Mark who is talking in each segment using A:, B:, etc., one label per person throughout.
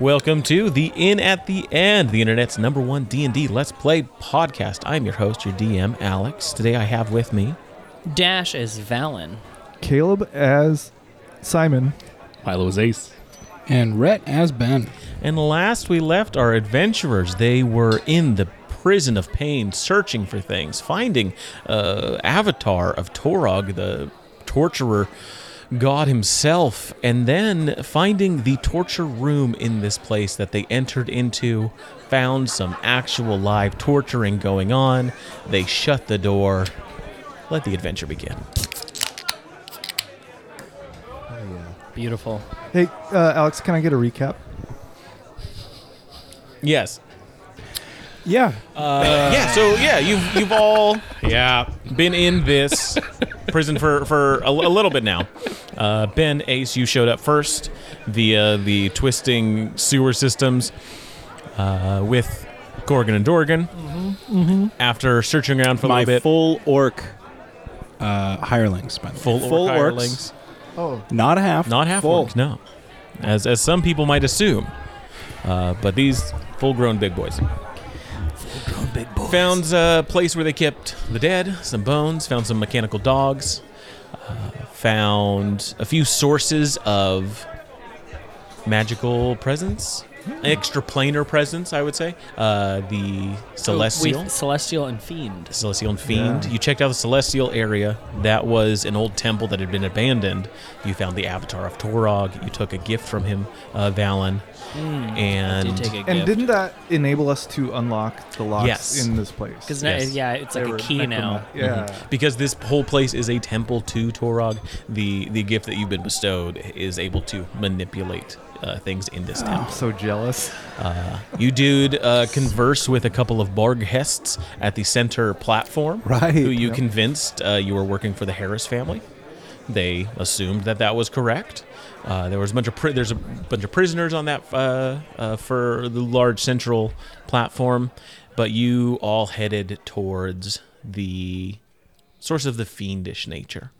A: Welcome to the Inn at the End, the internet's number one D&D Let's Play podcast. I'm your host, your DM, Alex. Today I have with me
B: Dash as Valen.
C: Caleb as Simon.
D: Milo is ace.
E: and Rhett as Ben.
A: And last we left our adventurers. They were in the prison of pain, searching for things, finding uh, avatar of Torog, the torturer god himself, and then finding the torture room in this place that they entered into. Found some actual live torturing going on. They shut the door. Let the adventure begin.
B: Beautiful.
C: Hey, uh, Alex, can I get a recap?
A: Yes.
C: Yeah.
A: yeah. So yeah, you've you've all
D: Yeah.
A: been in this prison for for a, a little bit now. Uh, ben Ace, you showed up first via the twisting sewer systems uh, with Gorgon and Dorgan. After searching around for a
D: Mm-hmm. My
A: little bit,
D: full orc,
E: Uh, hirelings, by the way.
A: full,
D: full
A: orc
D: orcs.
A: hirelings.
C: Oh,
D: not half.
A: not half
D: full.
A: orcs, no, as as some people might assume. Uh, but these full grown big boys.
B: Big boy.
A: Found a place where they kept the dead, some bones, found some mechanical dogs, uh, found a few sources of magical presence,
D: Hmm.
A: extraplanar presence, I would say. Uh,
D: Oh,
A: the celestial.
B: With celestial and fiend.
A: Celestial and Fiend.
C: Yeah.
A: You checked out the Celestial area. That was an old temple that had been abandoned. You found the avatar of Torog. You took a gift from him, uh, Valen.
B: Hmm, I
A: and
B: did take a
C: and
B: gift.
C: didn't that enable us to unlock the locks
A: Yes.
C: in this place?
B: Because
A: Yes.
B: yeah, it's like
C: They
B: a
C: were
B: key now.
C: necromat- Yeah.
A: because this whole place is a temple to Torog, the the gift that you've been bestowed is able to manipulate uh, things in
B: Oh,
A: this
C: I'm
A: temple.
C: so jealous.
A: You dude uh, converse with a couple of Barghests at the center platform,
E: Right.
A: Who you
E: Yep.
A: convinced uh, you were working for the Harris family. They assumed that that was correct. Uh, there was a bunch of pri- there's a bunch of prisoners on that uh, uh, for the large central platform, but you all headed towards the source of the fiendish nature.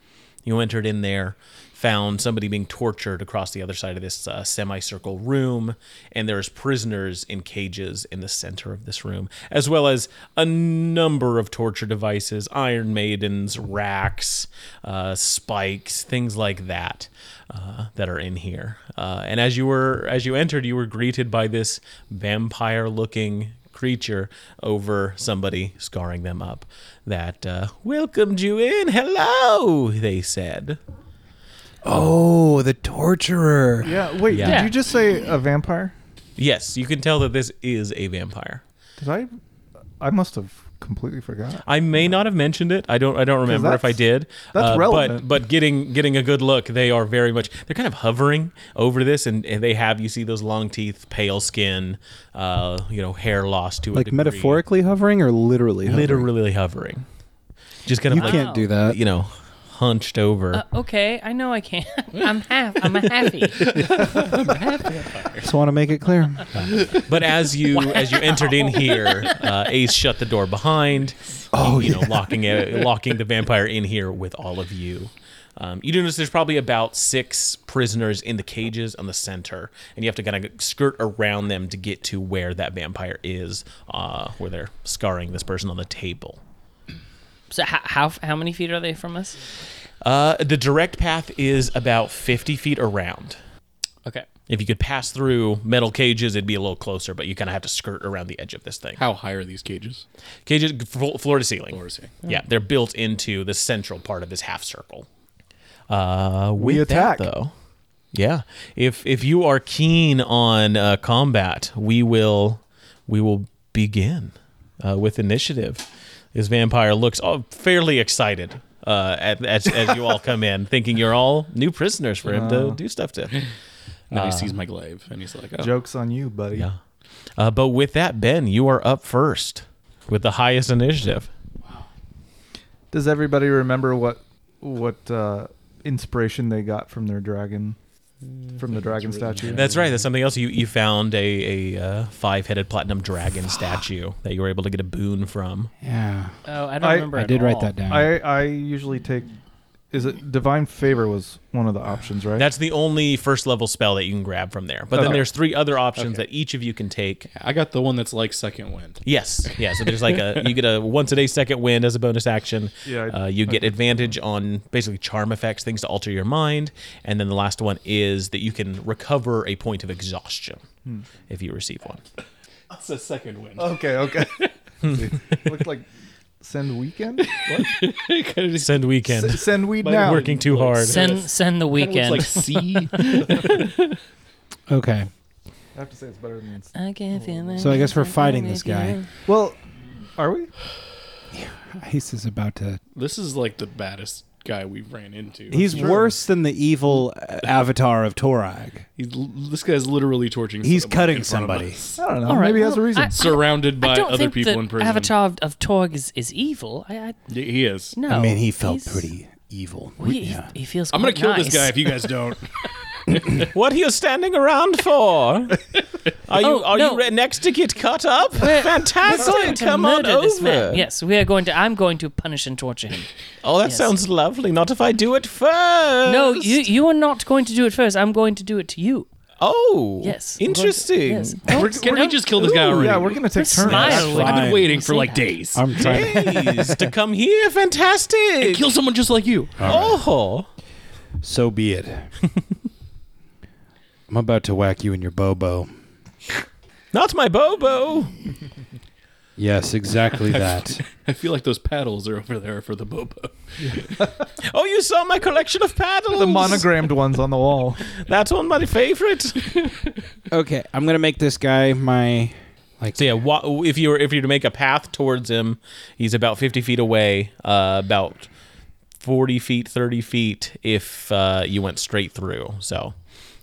A: You entered in there, found somebody being tortured across the other side of this uh, semicircle room, and there's prisoners in cages in the center of this room, as well as a number of torture devices, iron maidens, racks, uh, spikes, things like that, uh, that are in here. Uh, and as you were as you entered, you were greeted by this vampire-looking creature over somebody scarring them up that uh, welcomed you in hello they said
E: Oh, the torturer.
C: Yeah. Wait,
A: Yeah.
C: did you just say a vampire?
A: yes you can tell that this is a vampire
C: Did I? I must have completely forgot.
A: i may not have mentioned it i don't i don't remember if i
C: that's-
A: did uh,
C: that's
A: but-
C: relevant.
A: but getting getting a good look they are very much they're kind of hovering over this and, and they have you see those long teeth pale skin uh you know hair lost to a
E: Like
A: degree.
E: metaphorically hovering or literally hovering?
A: literally hovering just kind
E: You
A: of like
E: can't do that.
A: you know hunched
B: Uh,
A: over
B: Okay, I know I can. I'm half. I'm a halfie.
E: Just want to make it clear.
A: But as you as you entered in here, uh, Ace shut the door behind. Oh, you know, locking uh, locking the vampire in here with all of you. Um, you do notice there's probably about six prisoners in the cages on the center, and you have to kind of skirt around them to get to where that vampire is, uh, where they're scarring this person on the table.
B: so how, how how many feet are they from us?
A: Uh, the direct path is about 50 feet around.
B: Okay.
A: If you could pass through metal cages, it'd be a little closer, but you kind of have to skirt around the edge of this thing.
D: How high are these cages?
A: Cages, flo- floor to ceiling.
D: Or is it-
A: Yeah, they're built into the central part of this half circle. Uh, we
C: attack.
A: though. Yeah, if if you are keen on uh, combat, we will we will begin uh, with initiative. This vampire looks uh, fairly excited uh, at, as, as you all come in, thinking you're all new prisoners for him to do stuff to.
D: Now he sees my glaive and he's like, oh,
C: Joke's on you, buddy.
A: Yeah. Uh, but with that, Ben, you are up first with the highest initiative.
C: Does everybody remember what what uh, inspiration they got from their dragon, from the dragon statue?
A: That's right. That's something else. You you found a, a uh, five headed platinum dragon statue that you were able to get a boon from.
E: Yeah.
B: Oh, I don't
C: I-
B: remember.
E: I
B: at
E: did write
B: all.
E: that down.
C: I I usually take. Is it divine favor was one of the options, right?
A: That's the only first level spell that you can grab from there. But then
C: Okay.
A: there's three other options that each of you can take.
D: I got the one that's like second wind.
A: Yes, yeah. So there's like a you get a once a day second wind as a bonus action.
C: Yeah, I-
A: uh, you get advantage on basically charm effects, things to alter your mind, and then the last one is that you can recover a point of exhaustion if you receive one.
D: That's a second wind.
C: okay. Okay. Looked like send weekend.
A: Send weekend.
C: S- send weed now.
A: Working too hard.
B: Send send the
D: It's
B: weekend
D: like C.
E: Okay.
C: I have to say it's better than.
B: I can feel it.
E: So I guess we're fighting this guy.
C: Well, are we?
E: He's is about to.
D: this is like the baddest guy we've ran into.
E: He's
C: Sure.
E: worse than the evil uh, avatar of Torag.
D: He's l- this guy's literally torching.
E: He's
D: someone in
E: cutting
D: front of
E: somebody.
D: us.
C: I don't know.
B: All right,
C: Maybe that's
B: well,
C: a reason.
B: I-
D: surrounded by
B: I don't
D: other
B: think
D: people
B: the
D: in prison.
B: Avatar of, of Torg is, is evil. I, I
D: Y- he is.
B: no.
E: I mean, he felt
B: he's-
E: pretty evil.
B: well, He, he- he feels.
D: I'm gonna
B: quite
D: kill this
B: nice.
D: guy if you guys don't.
A: What are you standing around for? Are you
B: Oh,
A: are
B: no.
A: you re- next to get cut up? Fantastic!
B: We're going to
A: Come on
B: murder
A: over.
B: this man. Yes, we are going to. I'm going to punish and torture him.
A: Oh, that
B: Yes.
A: sounds lovely. Not if I do it first.
B: No, you you are not going to do it first. I'm going to do it to you.
A: Oh,
B: Yes. I'm going to-
A: Interesting.
B: yes.
D: We're-
B: Don't-
D: Can we
B: don't-
D: just kill this guy
C: Ooh,
D: already?
C: yeah, we're gonna take
B: Just
C: turns.
B: smile.
D: I've been
E: Fine.
D: waiting for
B: Say
D: like
B: that.
D: days.
E: I'm trying.
A: Pleased to come here. Fantastic.
D: kill someone just like you.
A: Oh,
E: So be it. I'm about to whack you in your bobo.
A: not my Bobo.
E: Yes, exactly that.
D: I feel like those paddles are over there for the bobo.
A: Oh, you saw my collection of paddles.
C: The monogrammed ones on the wall.
A: That's one my favorite.
E: okay, I'm gonna make this guy my like.
A: So yeah, wa- if you were if you were to make a path towards him, he's about fifty feet away. Uh, about forty feet, thirty feet. If uh, you went straight through, so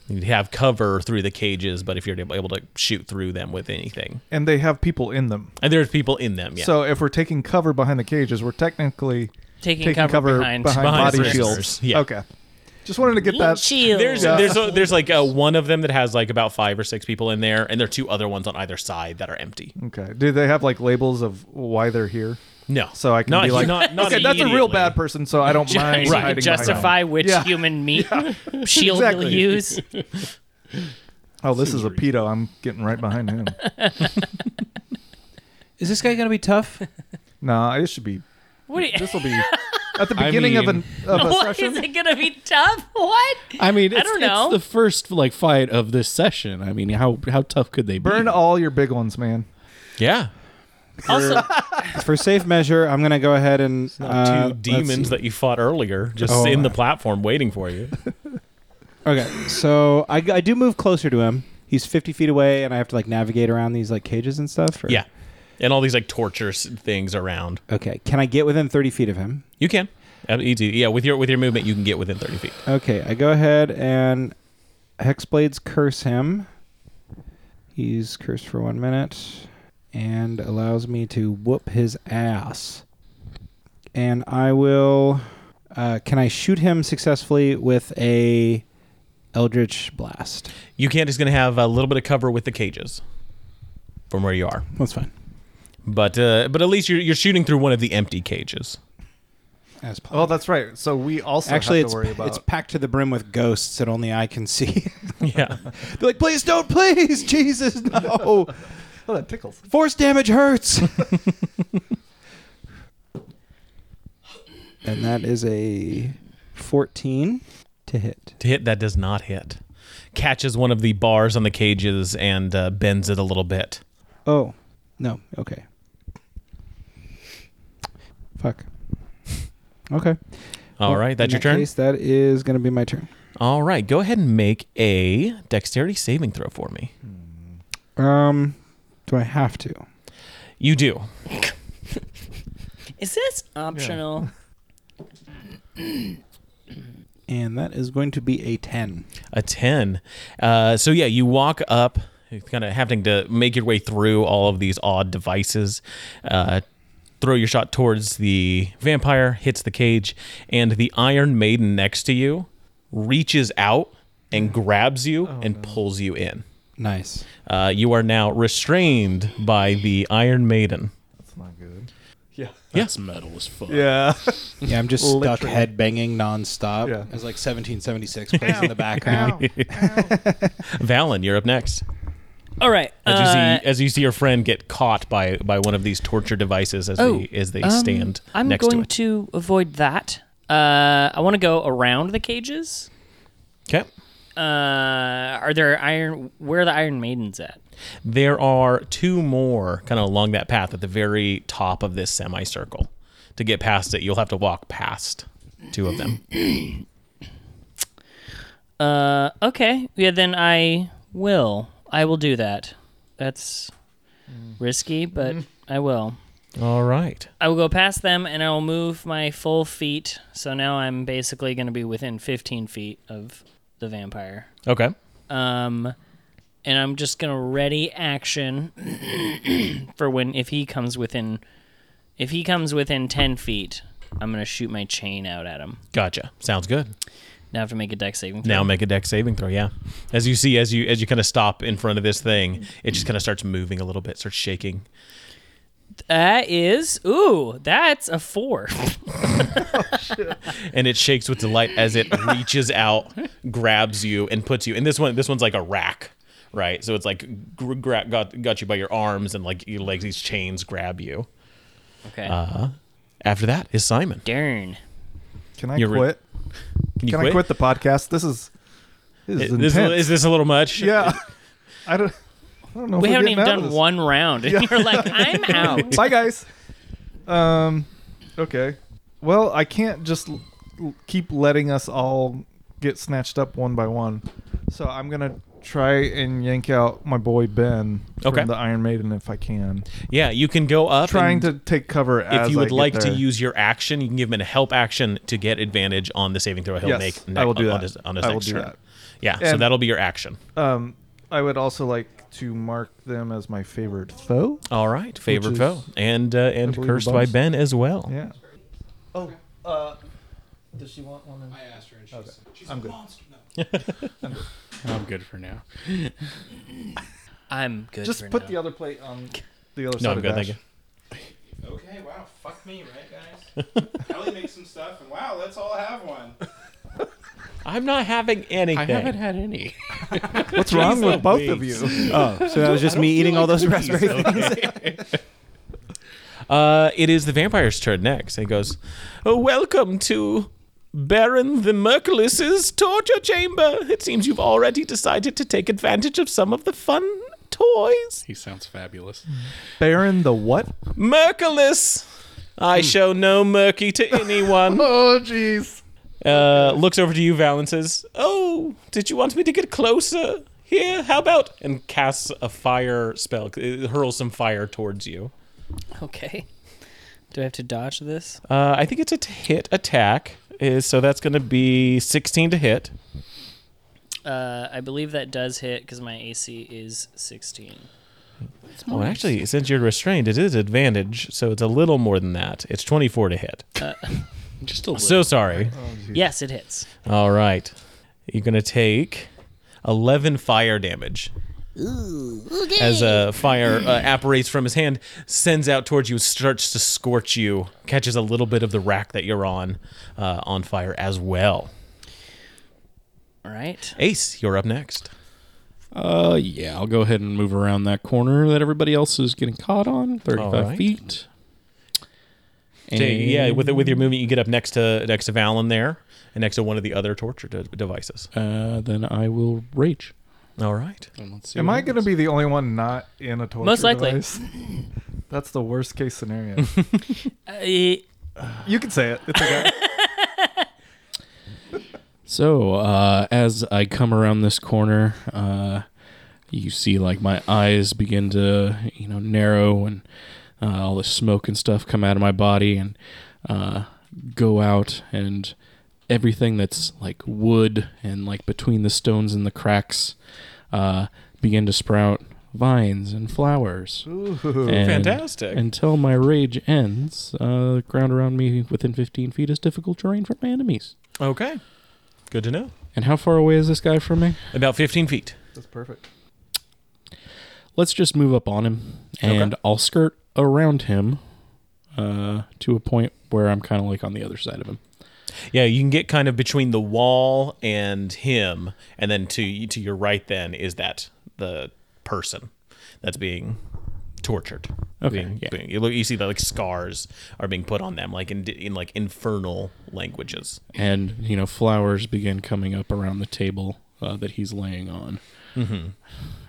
A: you'd have cover through the cages. But if you're able to shoot through them with anything,
C: And they have people in them.
A: and there's people in them, yeah.
C: So if we're taking cover behind the cages, we're technically
B: Taking,
C: taking
B: cover,
C: cover,
B: behind.
C: behind,
A: Behind
C: body
A: prisoners,
C: shields.
A: yeah.
C: Okay. Just wanted to get that.
B: Shield.
A: There's
C: Yeah.
A: there's a, there's like a, one of them that has like about five or six people in there, and there are two other ones on either side that are empty.
C: Okay. Do they have like labels of why they're here?
A: No,
C: So I can
A: Not-
C: be like,
A: not- not
C: okay, that's a real
A: immediately.
C: bad person, so I don't mind
B: you
C: hiding
B: can justify
C: behind.
B: which
C: Yeah.
B: human meat shield
C: Exactly.
B: you'll use.
C: Oh, this is a pedo. I'm getting right behind him.
E: Is this guy gonna be tough?
C: nah, it should be.
B: What? Are you,
C: This will be at the
D: I
C: beginning of an of a
B: what is
C: session.
B: it gonna be tough? What?
D: I mean,
B: I
D: it's,
B: don't know.
D: it's the first like fight of this session. I mean, how how tough could they be?
C: Burn all your big ones, man.
A: yeah.
B: Also,
E: For safe measure, I'm gonna go ahead and uh,
A: Two
E: let's
A: demons
E: see.
A: that you fought earlier just
E: Oh,
A: in the
E: uh,
A: platform waiting for you.
E: okay, so I, I do move closer to him. He's 50 feet away, and I have to like navigate around these like cages and stuff. Or?
A: Yeah. And all these like torture s- things around.
E: Okay. Can I get within 30 feet of him?
A: You can. Uh, Easy. Yeah, with your with your movement you can get within 30 feet.
E: Okay. I go ahead and hexblades curse him. He's cursed for one minute, and allows me to whoop his ass. And I will. Uh, can I shoot him successfully with a eldritch blast?
A: You can't is going to have a little bit of cover with the cages from where you are.
E: That's fine.
A: But uh, but at least you're you're shooting through one of the empty cages.
E: As possible.
C: Oh, that's right. So we also
E: Actually,
C: have
E: it's
C: to worry about.
E: it's packed to the brim with ghosts that only I can see.
A: Yeah.
E: They're like, please don't, please, Jesus,
C: oh,
E: no.
C: that tickles.
E: Force damage hurts. and that is a 14 to hit.
A: To hit that does not hit. Catches one of the bars on the cages and uh, bends it a little bit.
E: Oh, no. Okay. Fuck. Okay.
A: All right,
E: Well,
A: that's
E: in
A: your
E: that
A: turn.
E: Case, that is going to be my turn.
A: All right, go ahead and make a dexterity saving throw for me.
E: Um, do I have to?
A: You do.
B: is this optional?
E: And that is going to be a 10.
A: a 10 uh, so yeah you walk up kind of having to make your way through all of these odd devices uh, throw your shot towards the vampire hits the cage and the iron maiden next to you reaches out and grabs you and pulls you in
E: Nice.
A: uh, you are now restrained by the iron maiden
C: That's not good.
D: That's metal as fuck.
C: Yeah.
E: Yeah, I'm just stuck
C: Literally.
E: head banging nonstop.
C: Yeah.
E: It's like 1776 plays in the background.
A: valen you're up next
B: All right.
A: as you
B: uh,
A: see as you see your friend get caught by by one of these torture devices as
B: Oh,
A: they as they
B: um,
A: stand
B: I'm
A: next to
B: going
A: it
B: to, avoid that. Uh, I want to go around the cages.
A: okay
B: Uh, are there iron? Where are the Iron Maidens at?
A: There are two more kind of along that path at the very top of this semicircle. To get past it, you'll have to walk past two of them.
B: Uh, okay. Yeah, then I will. I will do that. That's risky, but I will.
A: All right.
B: I will go past them and I will move my full feet. So now I'm basically going to be within 15 feet of the vampire.
A: Okay.
B: Um, and I'm just gonna ready action for when if he comes within, if he comes within ten feet, I'm gonna shoot my chain out at him.
A: Gotcha. Sounds good.
B: Now I have to make a deck saving. throw.
A: Now make a deck saving throw. Yeah. As you see, as you as you kind of stop in front of this thing, it just kind of starts moving a little bit, starts shaking.
B: that is ooh, that's a four.
A: and it shakes with delight as it reaches out, grabs you, and puts you. And this one, this one's like a rack, right? So it's like gr- gra- got got you by your arms and like your legs. These chains grab you.
B: Okay,
C: Uh,
A: After that is Simon.
B: darn.
C: Can I
A: You're re-
C: quit?
A: Can you
C: Can I quit the podcast? This is this is
A: Is this,
C: intense.
A: is this a little much?
C: yeah. I don't. I don't know.
B: We
C: if we're
B: haven't
C: getting
B: even
C: out of
B: done
C: this.
B: one round, and you're like, I'm out.
C: Bye, guys. Um. Okay. Well, I can't just l- l- keep letting us all get snatched up one by one. So I'm gonna try and yank out my boy Ben from
A: Okay.
C: the Iron Maiden if I can.
A: Yeah, you can go up.
C: Trying
A: and
C: to take cover as
A: If you
C: I
A: would
C: get
A: like to
C: there.
A: use your action, you can give him a help action to get advantage on the saving throw he'll
C: Yes,
A: make.
C: I will do
A: on
C: that.
A: his, on his
C: I
A: next
C: will do
A: turn.
C: that.
A: Yeah, so
C: And-
A: that'll be your action.
C: Um, I would also like to mark them as my favorite foe.
A: All right, favorite
C: is-
A: foe and uh, and
C: believe a
A: cursed by
C: bonus.
A: Ben as well.
C: Yeah. Oh. Uh, does she want one?
E: I asked her, and she said,
C: I'm good.
D: I'm good for now.
B: I'm good.
C: Just
B: for
C: put
B: now.
C: the other plate on the other side.
A: No, I'm
C: of
A: good.
C: Dash.
A: Thank you.
F: Okay, wow, fuck me, right, guys? Ellie makes some stuff, and wow, let's all have one.
A: I'm not having anything.
D: I haven't had
C: E.
D: any.
C: What's wrong with both of you?
E: Oh, so that was just me eating all those raspberry things.
A: Uh, it is the vampire's turn next. He goes, oh, Welcome to Baron the Merculus's torture chamber. It seems you've already decided to take advantage of some of the fun toys.
D: He sounds fabulous.
A: Mm.
C: Baron the what?
A: Merculus! I show no murky to anyone.
C: Oh, jeez.
A: Uh, looks over to you, Valen says, Oh, did you want me to get closer? Here, how about? And casts a fire spell, uh, hurls some fire towards you.
B: Okay. Do I have to dodge this?
A: Uh, I think it's a t- hit attack, is, so that's going to be 16 to hit.
B: Uh, I believe that does hit because my AC is 16.
A: Oh, and actually, since you're restrained, it is advantage, so it's a little more than that. It's 24 to hit.
D: Just a little.
A: So sorry.
B: Yes, it hits.
A: All right. You're going to take 11 fire damage. As a fire uh, apparates from his hand, sends out towards you, starts to scorch you, catches a little bit of the rack that you're on uh, on fire as well.
B: All right.
A: Ace, you're up next.
D: Uh, yeah, I'll go ahead and move around that corner that everybody else is getting caught on. Thirty-five
A: All right.
D: feet.
A: So, yeah, with with your movement, you get up next to next to Valen there, and next to one of the other torture de- devices.
D: Uh, then I will rage.
A: All right.
D: And let's see
C: Am
D: what
C: I going to
D: happens.
C: be the only one not in a torture
B: Most likely.
C: device? That's the worst case scenario.
B: I-
C: you can say it. It's okay.
D: So, uh, as I come around this corner, uh, you see like my eyes begin to, you know, narrow and uh, all the smoke and stuff come out of my body and uh, go out and everything that's like wood and like between the stones and the cracks uh, begin to sprout vines and flowers. And
A: Fantastic.
D: Until my rage ends, uh, the ground around me within 15 feet is difficult terrain for my enemies.
A: Okay. Good to know.
D: And how far away is this guy from me?
A: About 15 feet.
C: That's perfect.
D: Let's just move up on him, and I'll skirt around him uh, to a point where I'm kind of like on the other side of him.
A: Yeah, you can get kind of between the wall and him, and then to to your right then is that the person that's being tortured.
D: Okay,
A: Being-
D: yeah.
A: being- you, look, you see that like scars are being put on them, like in in like infernal languages.
D: and you know flowers begin coming up around the table uh, that he's laying on. Mm-hmm.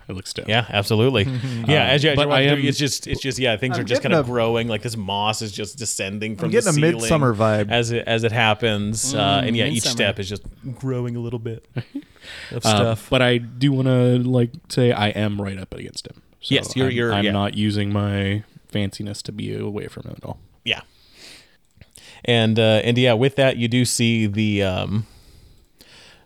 D: It looks dope.
A: Yeah, absolutely.
C: Um,
A: yeah, as you as
D: but
A: you're walking
D: I
A: through,
D: am-
A: it's just it's just yeah, things
C: I'm
A: are just
C: getting
A: kind of
C: a-
A: growing. Like this moss is just descending from
C: getting
A: the
C: a
A: ceiling
C: midsummer vibe.
A: as it as it happens, uh, and yeah, each
B: midsummer.
A: step is just growing a little bit of
D: Uh,
A: stuff.
D: But I do want to like say I am right up against him. So
A: Yes, you're-
D: I'm,
A: you're-
D: I'm
A: yeah.
D: not using my fanciness to be away from him at all.
A: yeah and uh and yeah with that you do see the um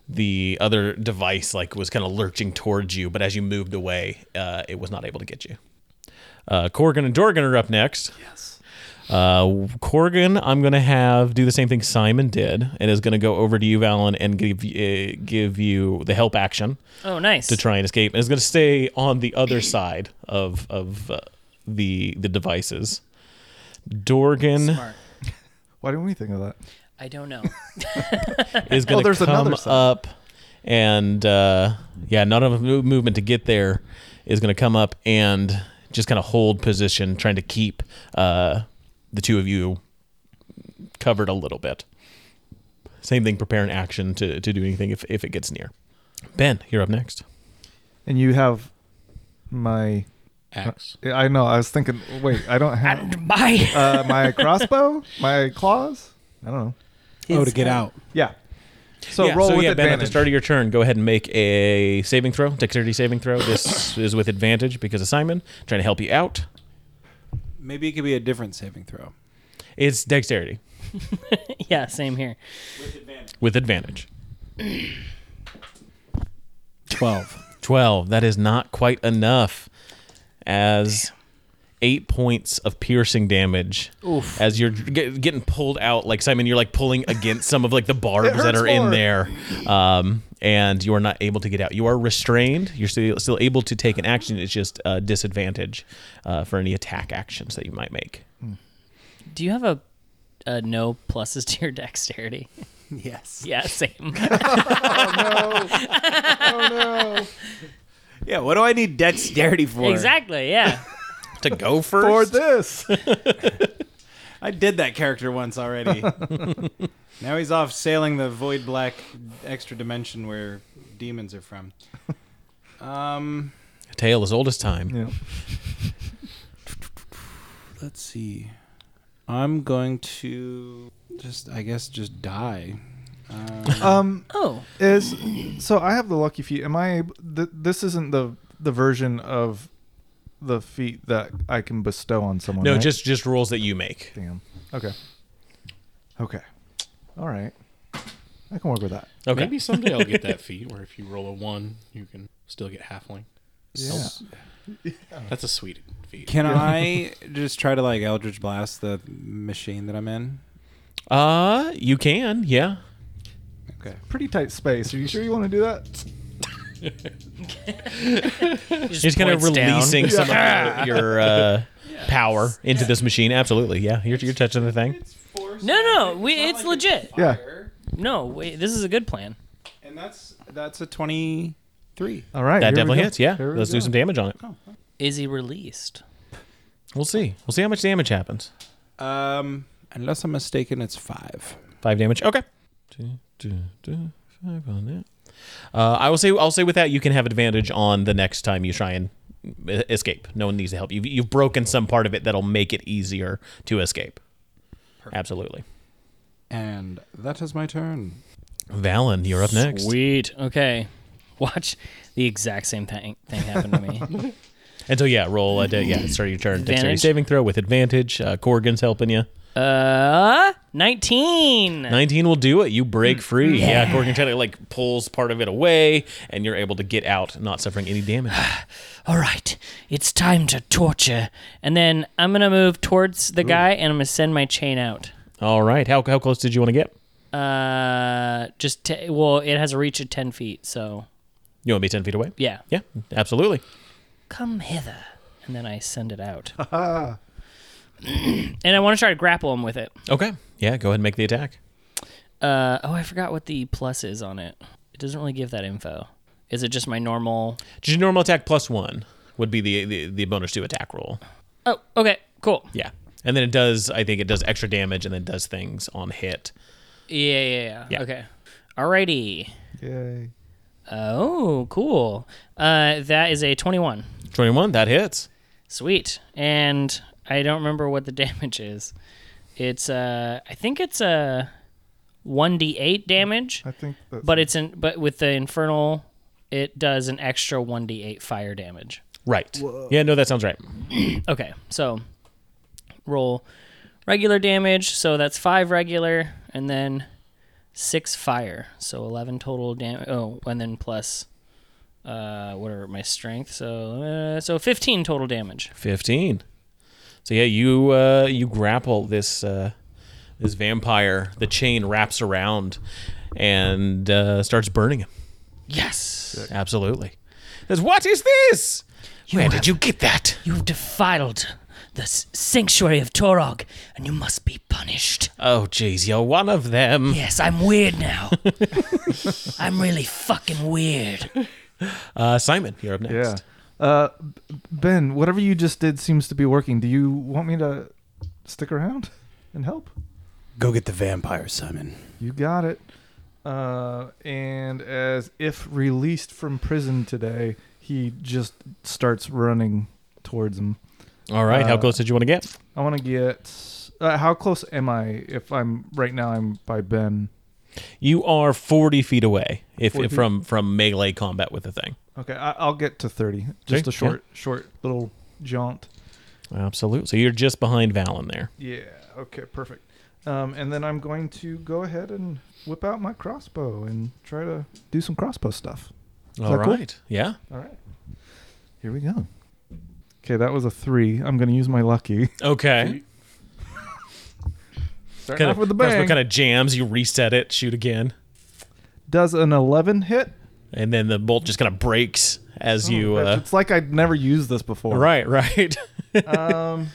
A: the other device like was kind of lurching towards you but as you moved away uh it was not able to get you uh corgan and dorgan are up next yes uh corgan i'm gonna have do the same thing simon did and is gonna go over to you valen and give you uh, give you the help action
B: Oh, nice.
A: to try and escape and is going to stay on the other side of of uh, the the devices. Dorgan
B: Smart.
C: Why didn't we think of that?
B: I don't know.
A: is going
C: Oh,
A: to
C: there's
A: come
C: another side.
A: up, and uh, yeah, not enough move- movement to get there is going to come up and just kind of hold position, trying to keep uh, the two of you covered a little bit. Same thing, prepare an action to, to do anything if, if it gets near. Ben, you're up next.
C: And you have my.
D: Axe.
C: I know. I was thinking. Wait, I don't have
B: and bye.
C: uh, my crossbow, my claws. I don't know.
E: Oh, to get out.
C: Yeah. So
A: Yeah,
C: roll
A: yeah,
C: with
A: Ben, at the
C: advantage.
A: start of your turn, go ahead and make a saving throw, dexterity saving throw. This is with advantage because of Simon trying to help you out.
E: Maybe it could be a different saving throw.
A: It's dexterity
B: yeah, same here.
A: with advantage.
E: 12.
A: 12. That is not quite enough as eight points of piercing damage as you're get, getting pulled out. Like, Simon, you're like pulling against some of like the barbs that
C: hurts
A: are in
C: more.
A: there. Um, and you are not able to get out. You are restrained. You're still, still able to take an action. It's just a disadvantage uh, for any attack actions that you might make.
B: Do you have a, a no pluses to your dexterity?
E: yes.
B: Yeah, same.
E: Yeah, what do I need dexterity for?
B: exactly. Yeah.
A: To go
C: for
A: first?
C: this.
E: I did that character once already. now he's off sailing the void black extra dimension where demons are from. Um,
A: A tale as old as time.
C: yeah.
E: let's see. I'm going to just, I guess, just die. Um,
C: Um.
B: Oh,
C: Is so I have the lucky feet. Am I? ab- Th- this isn't the the version of the feat that I can bestow on someone.
A: No,
C: right?
A: just just rules that you make.
C: damn. Okay. Okay. All right. I can work with that.
A: Okay.
D: Maybe someday I'll get that feat where if you roll a one, you can still get halfling.
C: Yeah.
D: That's a sweet feat.
E: can I just try to like Eldritch Blast the machine that I'm in?
A: Uh, you can, yeah.
E: Okay.
C: Pretty tight space. Are you sure you want to do that?
A: Just kind of
B: points down.
A: releasing some of your, your uh, power into this machine. Absolutely, yeah. You're, you're touching the thing.
F: It's forced.
B: No, no,
F: It's
B: we-
F: not
B: it's
F: like
B: legit.
C: Yeah.
F: fire.
B: no, wait, this is a good plan.
E: And that's that's a twenty-three.
C: All right.
A: That
C: here we
A: definitely
C: go.
A: hits. Yeah,
C: Here we
A: let's
C: go.
A: do some damage on it.
B: Is he released?
A: We'll see. We'll see how much damage happens.
E: Um, unless I'm mistaken, it's five.
A: Five damage. Okay. Two, two, two, five on that. Uh, I will say. I'll say with that, you can have advantage on the next time you try and e- escape. No one needs to help you. You've broken some part of it that'll make it easier to escape. Absolutely.
E: And that is my turn.
A: Valen, you're up next.
B: Sweet. Okay. Watch the exact same thing thing happen to me.
A: And so yeah, roll. Uh, yeah, start your turn. Dexterity
B: Advantage?
A: saving throw with advantage. Uh, Corgan's helping you.
B: Uh, 19.
A: 19 will do it. You break free. Mm. Yeah, yeah Gorgon Teddy like pulls part of it away, and you're able to get out, not suffering any damage.
B: All right, it's time to torture. And then I'm going to move towards the guy and I'm going to send my chain out.
A: All right. How, how close did you want to get?
B: Uh, just, t- well, it has a reach of 10 feet, so
A: You want to be 10 feet away?
B: yeah.
A: Yeah, absolutely.
B: Come hither. And then I send it out. and I want to try to grapple him with it.
A: Okay. Yeah, go ahead and make the attack.
B: Uh, oh, I forgot what the plus is on it. It doesn't really give that info. Is it just my normal?
A: Just your normal attack plus one would be the, the, the bonus to attack roll.
B: Oh, okay, cool.
A: Yeah. And then it does, I think it does extra damage and then does things on hit.
B: Yeah, yeah, yeah.
A: Yeah.
B: Okay. Alrighty.
C: Yay.
B: Oh, cool. Uh, that is a 21.
A: 21, that hits.
B: Sweet. And I don't remember what the damage is. It's uh, I think it's a 1d8 damage,
C: I think that's
B: but it's in but with the infernal, it does an extra 1d8 fire damage.
A: Right. Yeah, no, that sounds right.
B: Okay, so roll regular damage. So that's five regular, and then six fire. So eleven total damage. Oh, and then plus uh, whatever my strength. So uh, so fifteen total damage.
A: 15. So yeah, you uh, you grapple this uh, this vampire. The chain wraps around and uh, starts burning him.
B: Yes,
A: Absolutely. Says, what is this? Where did you get that?
B: you've defiled the s- sanctuary of Torog, and you must be punished.
A: Oh, jeez, you're one of them.
B: Yes, I'm weird now. I'm really fucking weird.
A: Uh, Simon, you're up next.
C: yeah. Uh, B- ben, whatever you just did seems to be working. Do you want me to stick around and help?
G: Go get the vampire, Simon.
C: You got it. Uh, and as if released from prison today, he just starts running towards him.
A: All right, how
C: Uh,
A: close did you want to get?
C: I want to get. Uh, how close am I? If I'm right now, I'm by Ben.
A: You are 40 feet away if,
C: 40
A: if from from melee combat with the thing.
C: Okay, I, I'll get to thirty. Just
A: Okay,
C: a short, short little jaunt.
A: Absolutely. So you're just behind Valen there.
C: Yeah. Okay. Perfect. Um, and then I'm going to go ahead and whip out my crossbow and try to do some crossbow stuff.
A: All
C: that cool?
A: right. Yeah.
C: All right. Here we go. Okay, that was a three. I'm going to use my lucky.
A: Okay.
C: Starting
A: Kind
C: off
A: of,
C: with the bang.
A: kind of jams. You reset it, shoot again,
C: Does an 11 hit?
A: and then the bolt just kind of breaks as you.
C: Bitch,
A: Uh,
C: it's like I'd never used this before.
A: right. Right.
C: Um,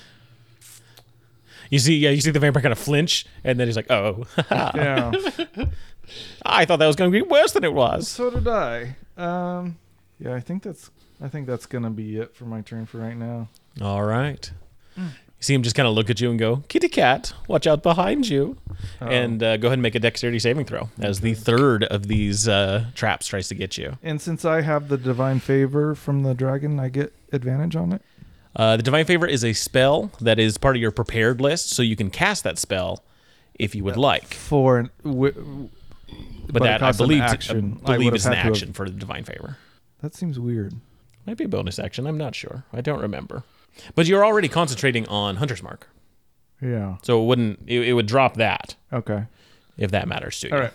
A: you see. Yeah. You see the vampire kind of flinch, and then he's like, "Oh,
C: yeah.
A: I thought that was going to be worse than it was."
C: so did I. Um, yeah, I think that's I think that's going to be it for my turn for right now.
A: All right. You see him just kind of look at you and go, "Kitty cat, watch out behind you," and uh, go ahead and make a dexterity saving throw as the third of these uh, traps tries to get you.
C: And since I have the divine favor from the dragon, I get advantage on it.
A: Uh, the divine favor is a spell that is part of your prepared list, so you can cast that spell if you would like.
C: For an, w-
A: But,
C: but it uh,
A: that I
C: costs an
A: believe,
C: action. I
A: I believe
C: would've
A: is an
C: had to have-
A: action for the divine favor.
C: that seems weird.
A: Might be a bonus action. I'm not sure. I don't remember. But you're already concentrating on Hunter's Mark,
C: Yeah.
A: so it wouldn't. It, it would drop that
C: Okay.
A: if that matters to you.
C: All right.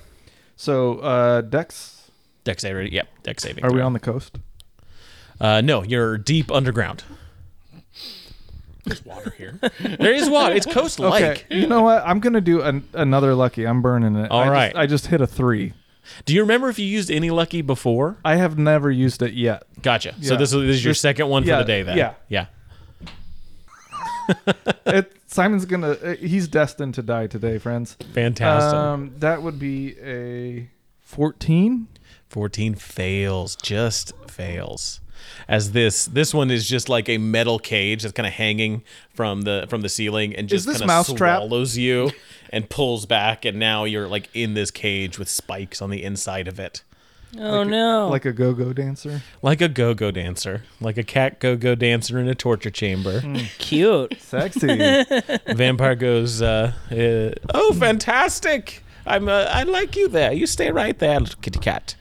C: So, uh, Dex,
A: Dex saving. Yep. Dex saving.
C: are we
A: throw.
C: on the coast?
A: Uh, no, you're deep underground. There's water here. there is water. It's Coast Lake.
C: You know what? I'm gonna do an, another lucky. I'm burning it.
A: All
C: I
A: right.
C: Just, I just hit a three.
A: Do you remember if you used any lucky before?
C: I have never used it yet.
A: Gotcha. So
C: Yeah.
A: this is, this is your
C: This-
A: second one
C: yeah,
A: for the day then.
C: yeah.
A: Yeah.
C: it, Simon's gonna. uh, He's destined to die today, friends.
A: Fantastic.
C: Um, that would be a fourteen.
A: 14 fails, just fails. As this this one is just like a metal cage that's kind of hanging from the from the ceiling and just
C: this
A: kind of
C: mousetrap?
A: swallows you and pulls back and now you're like in this cage with spikes on the inside of it.
B: Oh no!
C: Like a go-go dancer.
A: Like a go-go dancer, like a cat go-go dancer in a torture chamber.
B: cute.
C: Sexy.
A: Vampire goes, uh, uh, "Oh, fantastic! I'm, uh, I like you there. You stay right there, little kitty cat."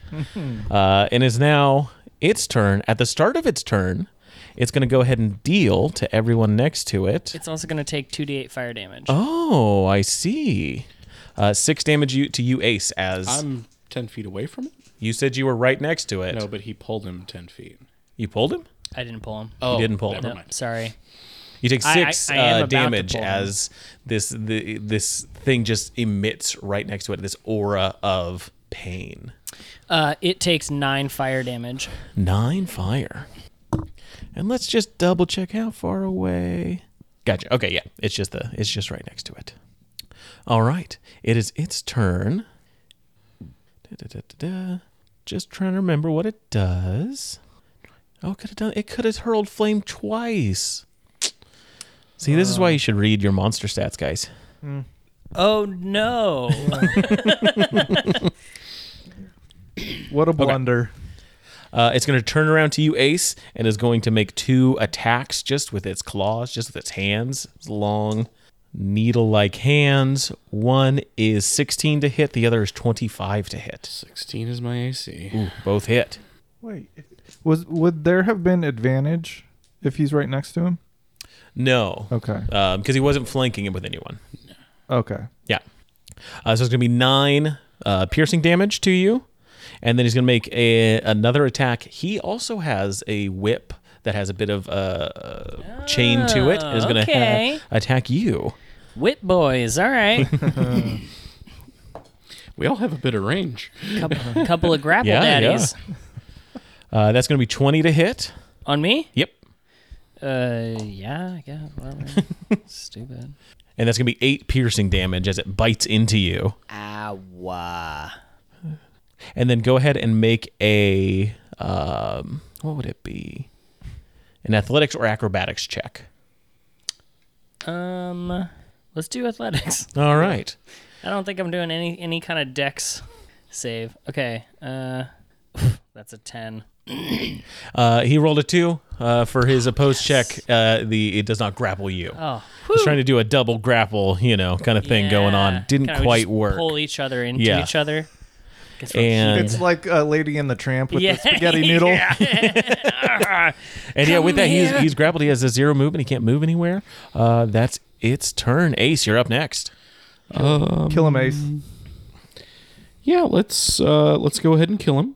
A: uh, and is now its turn. At the start of its turn, It's going to go ahead and deal to everyone next to it.
B: It's also going to take 2d8 fire damage.
A: oh, I see. Uh, six damage you, to you, Ace, as
D: I'm ten feet away from it.
A: you said you were right next to it.
D: No, but he pulled him ten feet.
A: You pulled him?
B: I didn't pull him.
D: Oh,
A: didn't pull him.
D: Never
B: No,
D: mind.
B: sorry.
A: You take
B: I- I-
A: six
B: I am
A: uh,
B: about to
A: damage
B: pull him.
A: as this the, this thing just emits right next to it this aura of pain.
B: Uh, it takes nine fire damage.
A: Nine fire. And let's just double check how far away. Gotcha. Okay, yeah. It's just the it's just right next to it. All right. It is its turn. Da-da-da-da-da. Just trying to remember what it does. Oh, could have done it could have hurled flame twice. See, this is why you should read your monster stats, guys.
B: Oh no!
C: What a blunder.
A: Uh, it's going to turn around to you, Ace, and is going to make two attacks just with its claws, just with its hands, its long needle-like hands. One is 16 to hit, the other is 25 to hit.
D: Sixteen is my AC.
A: Both hit.
C: Wait, was would there have been advantage if he's right next to him?
A: No,
C: Okay.
A: because he wasn't flanking him with anyone.
C: Okay.
A: Yeah. Uh, so it's going to be nine uh, piercing damage to you, and then he's going to make a, another attack. He also has a whip that has a bit of uh, chain to it. Is going to
B: Okay.
A: attack you.
B: Whip boys, all right.
D: We all have a bit of range.
B: couple, couple of grapple
A: Yeah, yeah.
B: daddies
A: Uh, that's going to be 20 to hit.
B: on me.
A: Yep.
B: Uh, yeah, yeah. Whatever. Stupid.
A: And that's going to be eight piercing damage as it bites into you.
B: Ow.
A: And then go ahead and make a. Um, what would it be? An athletics or acrobatics check.
B: Um, let's do athletics.
A: All right.
B: I don't think I'm doing any any kind of dex save. Okay. Uh, that's a ten.
A: Uh, he rolled a two uh, for his opposed check. Uh, the It does not grapple you.
B: Oh,
A: He's trying to do a double grapple, you know, kind of thing going on.
B: Yeah.
A: Didn't
B: Kinda we
A: quite
B: just
A: work.
B: Pull each other into
A: Yeah.
B: each other. Guess we're-
A: And
C: It's like a lady in the tramp with
B: Yeah,
C: the spaghetti noodle.
A: And yeah, with
B: Come
A: that, he's,
B: here.
A: he's grappled. He has a zero movement. He can't move anywhere. Uh, that's its turn. Ace, you're up next.
C: Kill him, Ace.
D: Yeah, let's uh, let's go ahead and kill him.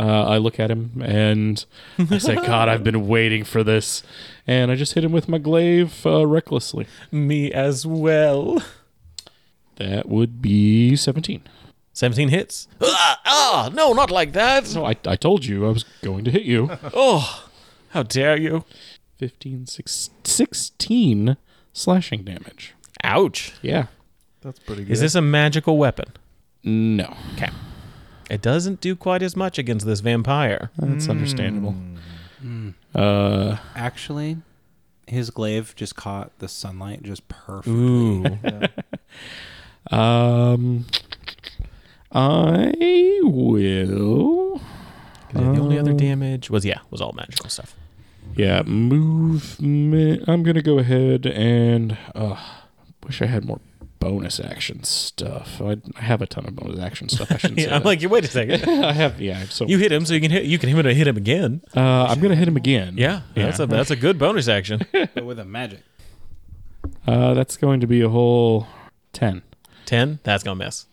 D: Uh, I look at him and I say, "God, I've been waiting for this," and I just hit him with my glaive uh, recklessly.
A: Me as well.
D: That would be seventeen.
A: 17 hits. Ah, ah, no, not like that.
D: No, I, I told you I was going to hit you.
A: Oh, how dare you.
D: 15, six, 16 slashing damage.
A: Ouch.
D: Yeah.
C: That's pretty good.
A: Is this a magical weapon?
D: No,
A: It doesn't do quite as much against this vampire.
D: that's understandable.
A: Hmm.
G: Mm.
D: Uh,
G: Actually, his glaive just caught the sunlight just perfectly.
A: Ooh.
C: Yeah.
D: um, I will.
A: the only other damage was, yeah, was all magical stuff.
D: Yeah, movement. I'm gonna go ahead and uh, wish I had more bonus action stuff. I, I have a ton of bonus action stuff. I shouldn't say.
A: Yeah, I'm
D: that.
A: like, wait a second.
D: I have. Yeah. I have So
A: You hit him, so you can hit. You can hit him, hit him again.
D: uh, I'm gonna hit him again.
A: Yeah, that's a that's a good bonus action.
G: But with a magic.
D: Uh, that's going to be a whole ten.
A: Ten, that's gonna miss.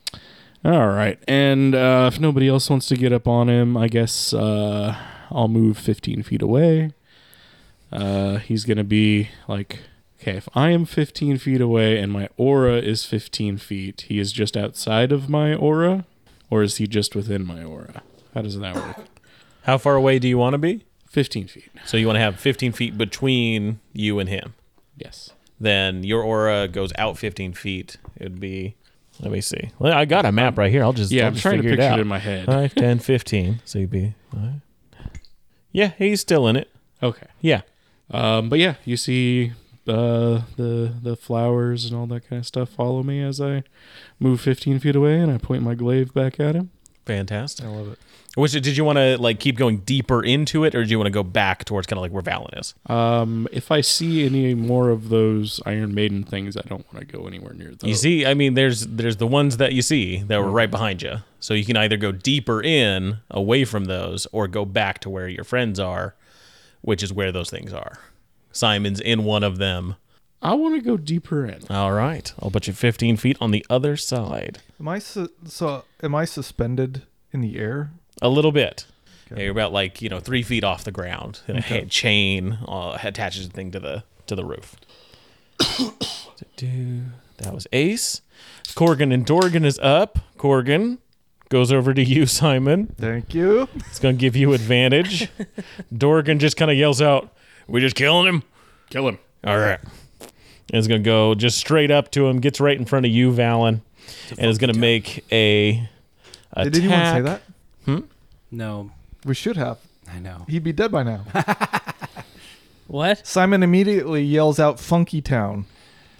D: All right, and uh, if nobody else wants to get up on him, I guess uh, I'll move 15 feet away. Uh, he's gonna be like, okay, if I am 15 feet away and my aura is 15 feet, he is just outside of my aura, or is he just within my aura? How does that work?
A: How far away do you want to be?
D: 15 feet.
A: So you want to have 15 feet between you and him.
D: Yes.
A: Then your aura goes out 15 feet. It would be. Let me see. Well, I got a map right here. I'll just
D: Yeah,
A: I'll
D: I'm
A: just
D: trying to
A: figure
D: picture
A: it,
D: it,
A: out.
D: in my head.
A: 5, 10, 15. So you'd be. alright. Yeah, he's still in it.
D: Okay.
A: Yeah.
D: Um, but yeah, you see uh, the the flowers and all that kind of stuff follow me as I move 15 feet away, and I point my glaive back at him.
A: Fantastic.
C: I love it.
A: Which did you want to like keep going deeper into it, or do you want to go back towards kind of like where Valen is?
D: Um, if I see any more of those Iron Maiden things, I don't want to go anywhere near those.
A: You see, I mean, there's there's the ones that you see that were right behind you. So you can either go deeper in away from those, or go back to where your friends are, which is where those things are. Simon's in one of them.
D: I want to go deeper in.
A: All right. I'll put you 15 feet on the other side.
C: Am I su- so? Am I suspended in the air?
A: A little bit. Yeah, you're about like, you know, three feet off the ground. And a ha- chain uh, attaches the thing to the to the roof. Do-do. that was Ace. Corgan and Dorgan is up. Corgan goes over to you, Simon.
C: Thank you.
A: It's going to give you advantage. Dorgan just kind of yells out, We just killing him?
D: Kill him.
A: All right. And it's going to go just straight up to him, gets right in front of you, Valen, and is going to make a.
C: Did anyone say
A: attack.
C: that?
G: No,
C: We should have.
G: I know.
C: He'd be dead by now.
B: What?
C: Simon immediately yells out "Funky Town."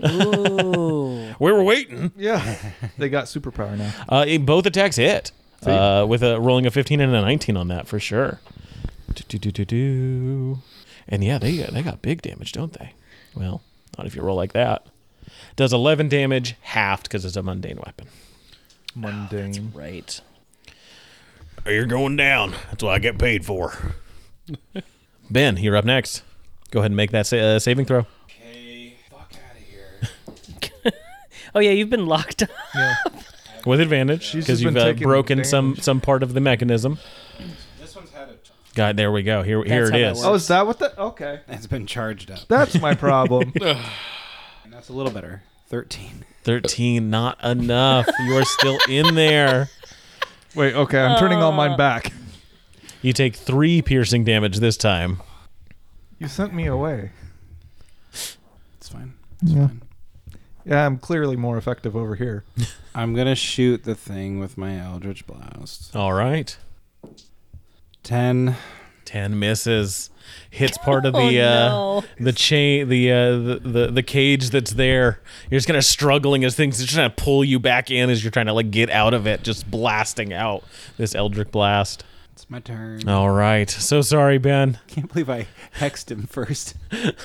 B: Ooh.
A: We were waiting.
C: Yeah, they got superpower now.
A: Uh, it- both attacks hit uh, with a rolling a 15 and a 19 on that for sure. Do-do-do-do-do. And yeah, they got, they got big damage, don't they? Well, not if you roll like that. Does 11 damage, halved because it's a mundane weapon.
C: Mundane.
B: right.
A: Oh, You're going down. That's what I get paid for. ben, you're up next. Go ahead and make that sa- uh, saving throw.
F: Okay, fuck out of here.
B: Oh yeah, you've been locked up.
A: with advantage
C: She's
A: because
C: just
A: you've
C: been
A: uh,
C: taking
A: broken some
C: damage.
A: some part of the mechanism.
F: This one's had a. T-
A: God, there we go. Here, here
B: That's
A: it
B: how that
A: is.
C: Oh, is that what the? Okay,
G: It's been charged up.
C: that's my problem.
G: And that's a little better. Thirteen.
A: Thirteen, not enough. You are still in there.
C: Wait, okay, I'm turning all mine back.
A: You take three piercing damage this time.
C: You sent me away.
G: It's fine.
C: Yeah,
G: fine.
C: yeah, I'm clearly more effective over here.
G: I'm gonna shoot the thing with my Eldritch Blast.
A: All right,
G: Ten.
A: ten misses. Hits part of the
B: Oh,
A: uh,
B: no.
A: the chain, the, uh, the the the cage that's there. You're just kind of struggling as things are trying to pull you back in as you're trying to like get out of it, just blasting out this Eldric blast.
G: It's my turn.
A: All right, so sorry, Ben.
G: Can't believe I hexed him first.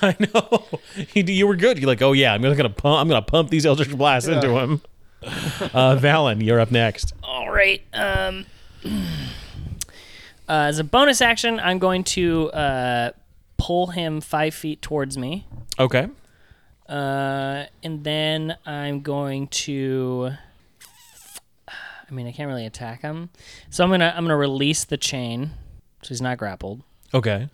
A: I know. He, you were good. You're like, oh yeah, I'm gonna pump. I'm gonna pump these eldritch blasts into him. uh, Valen, you're up next.
B: All right. Um, uh, as a bonus action, I'm going to uh, pull him five feet towards me,
A: Okay.
B: uh, and then I'm going to. I mean, I can't really attack him, so I'm gonna I'm gonna release the chain, so he's not grappled,
A: Okay.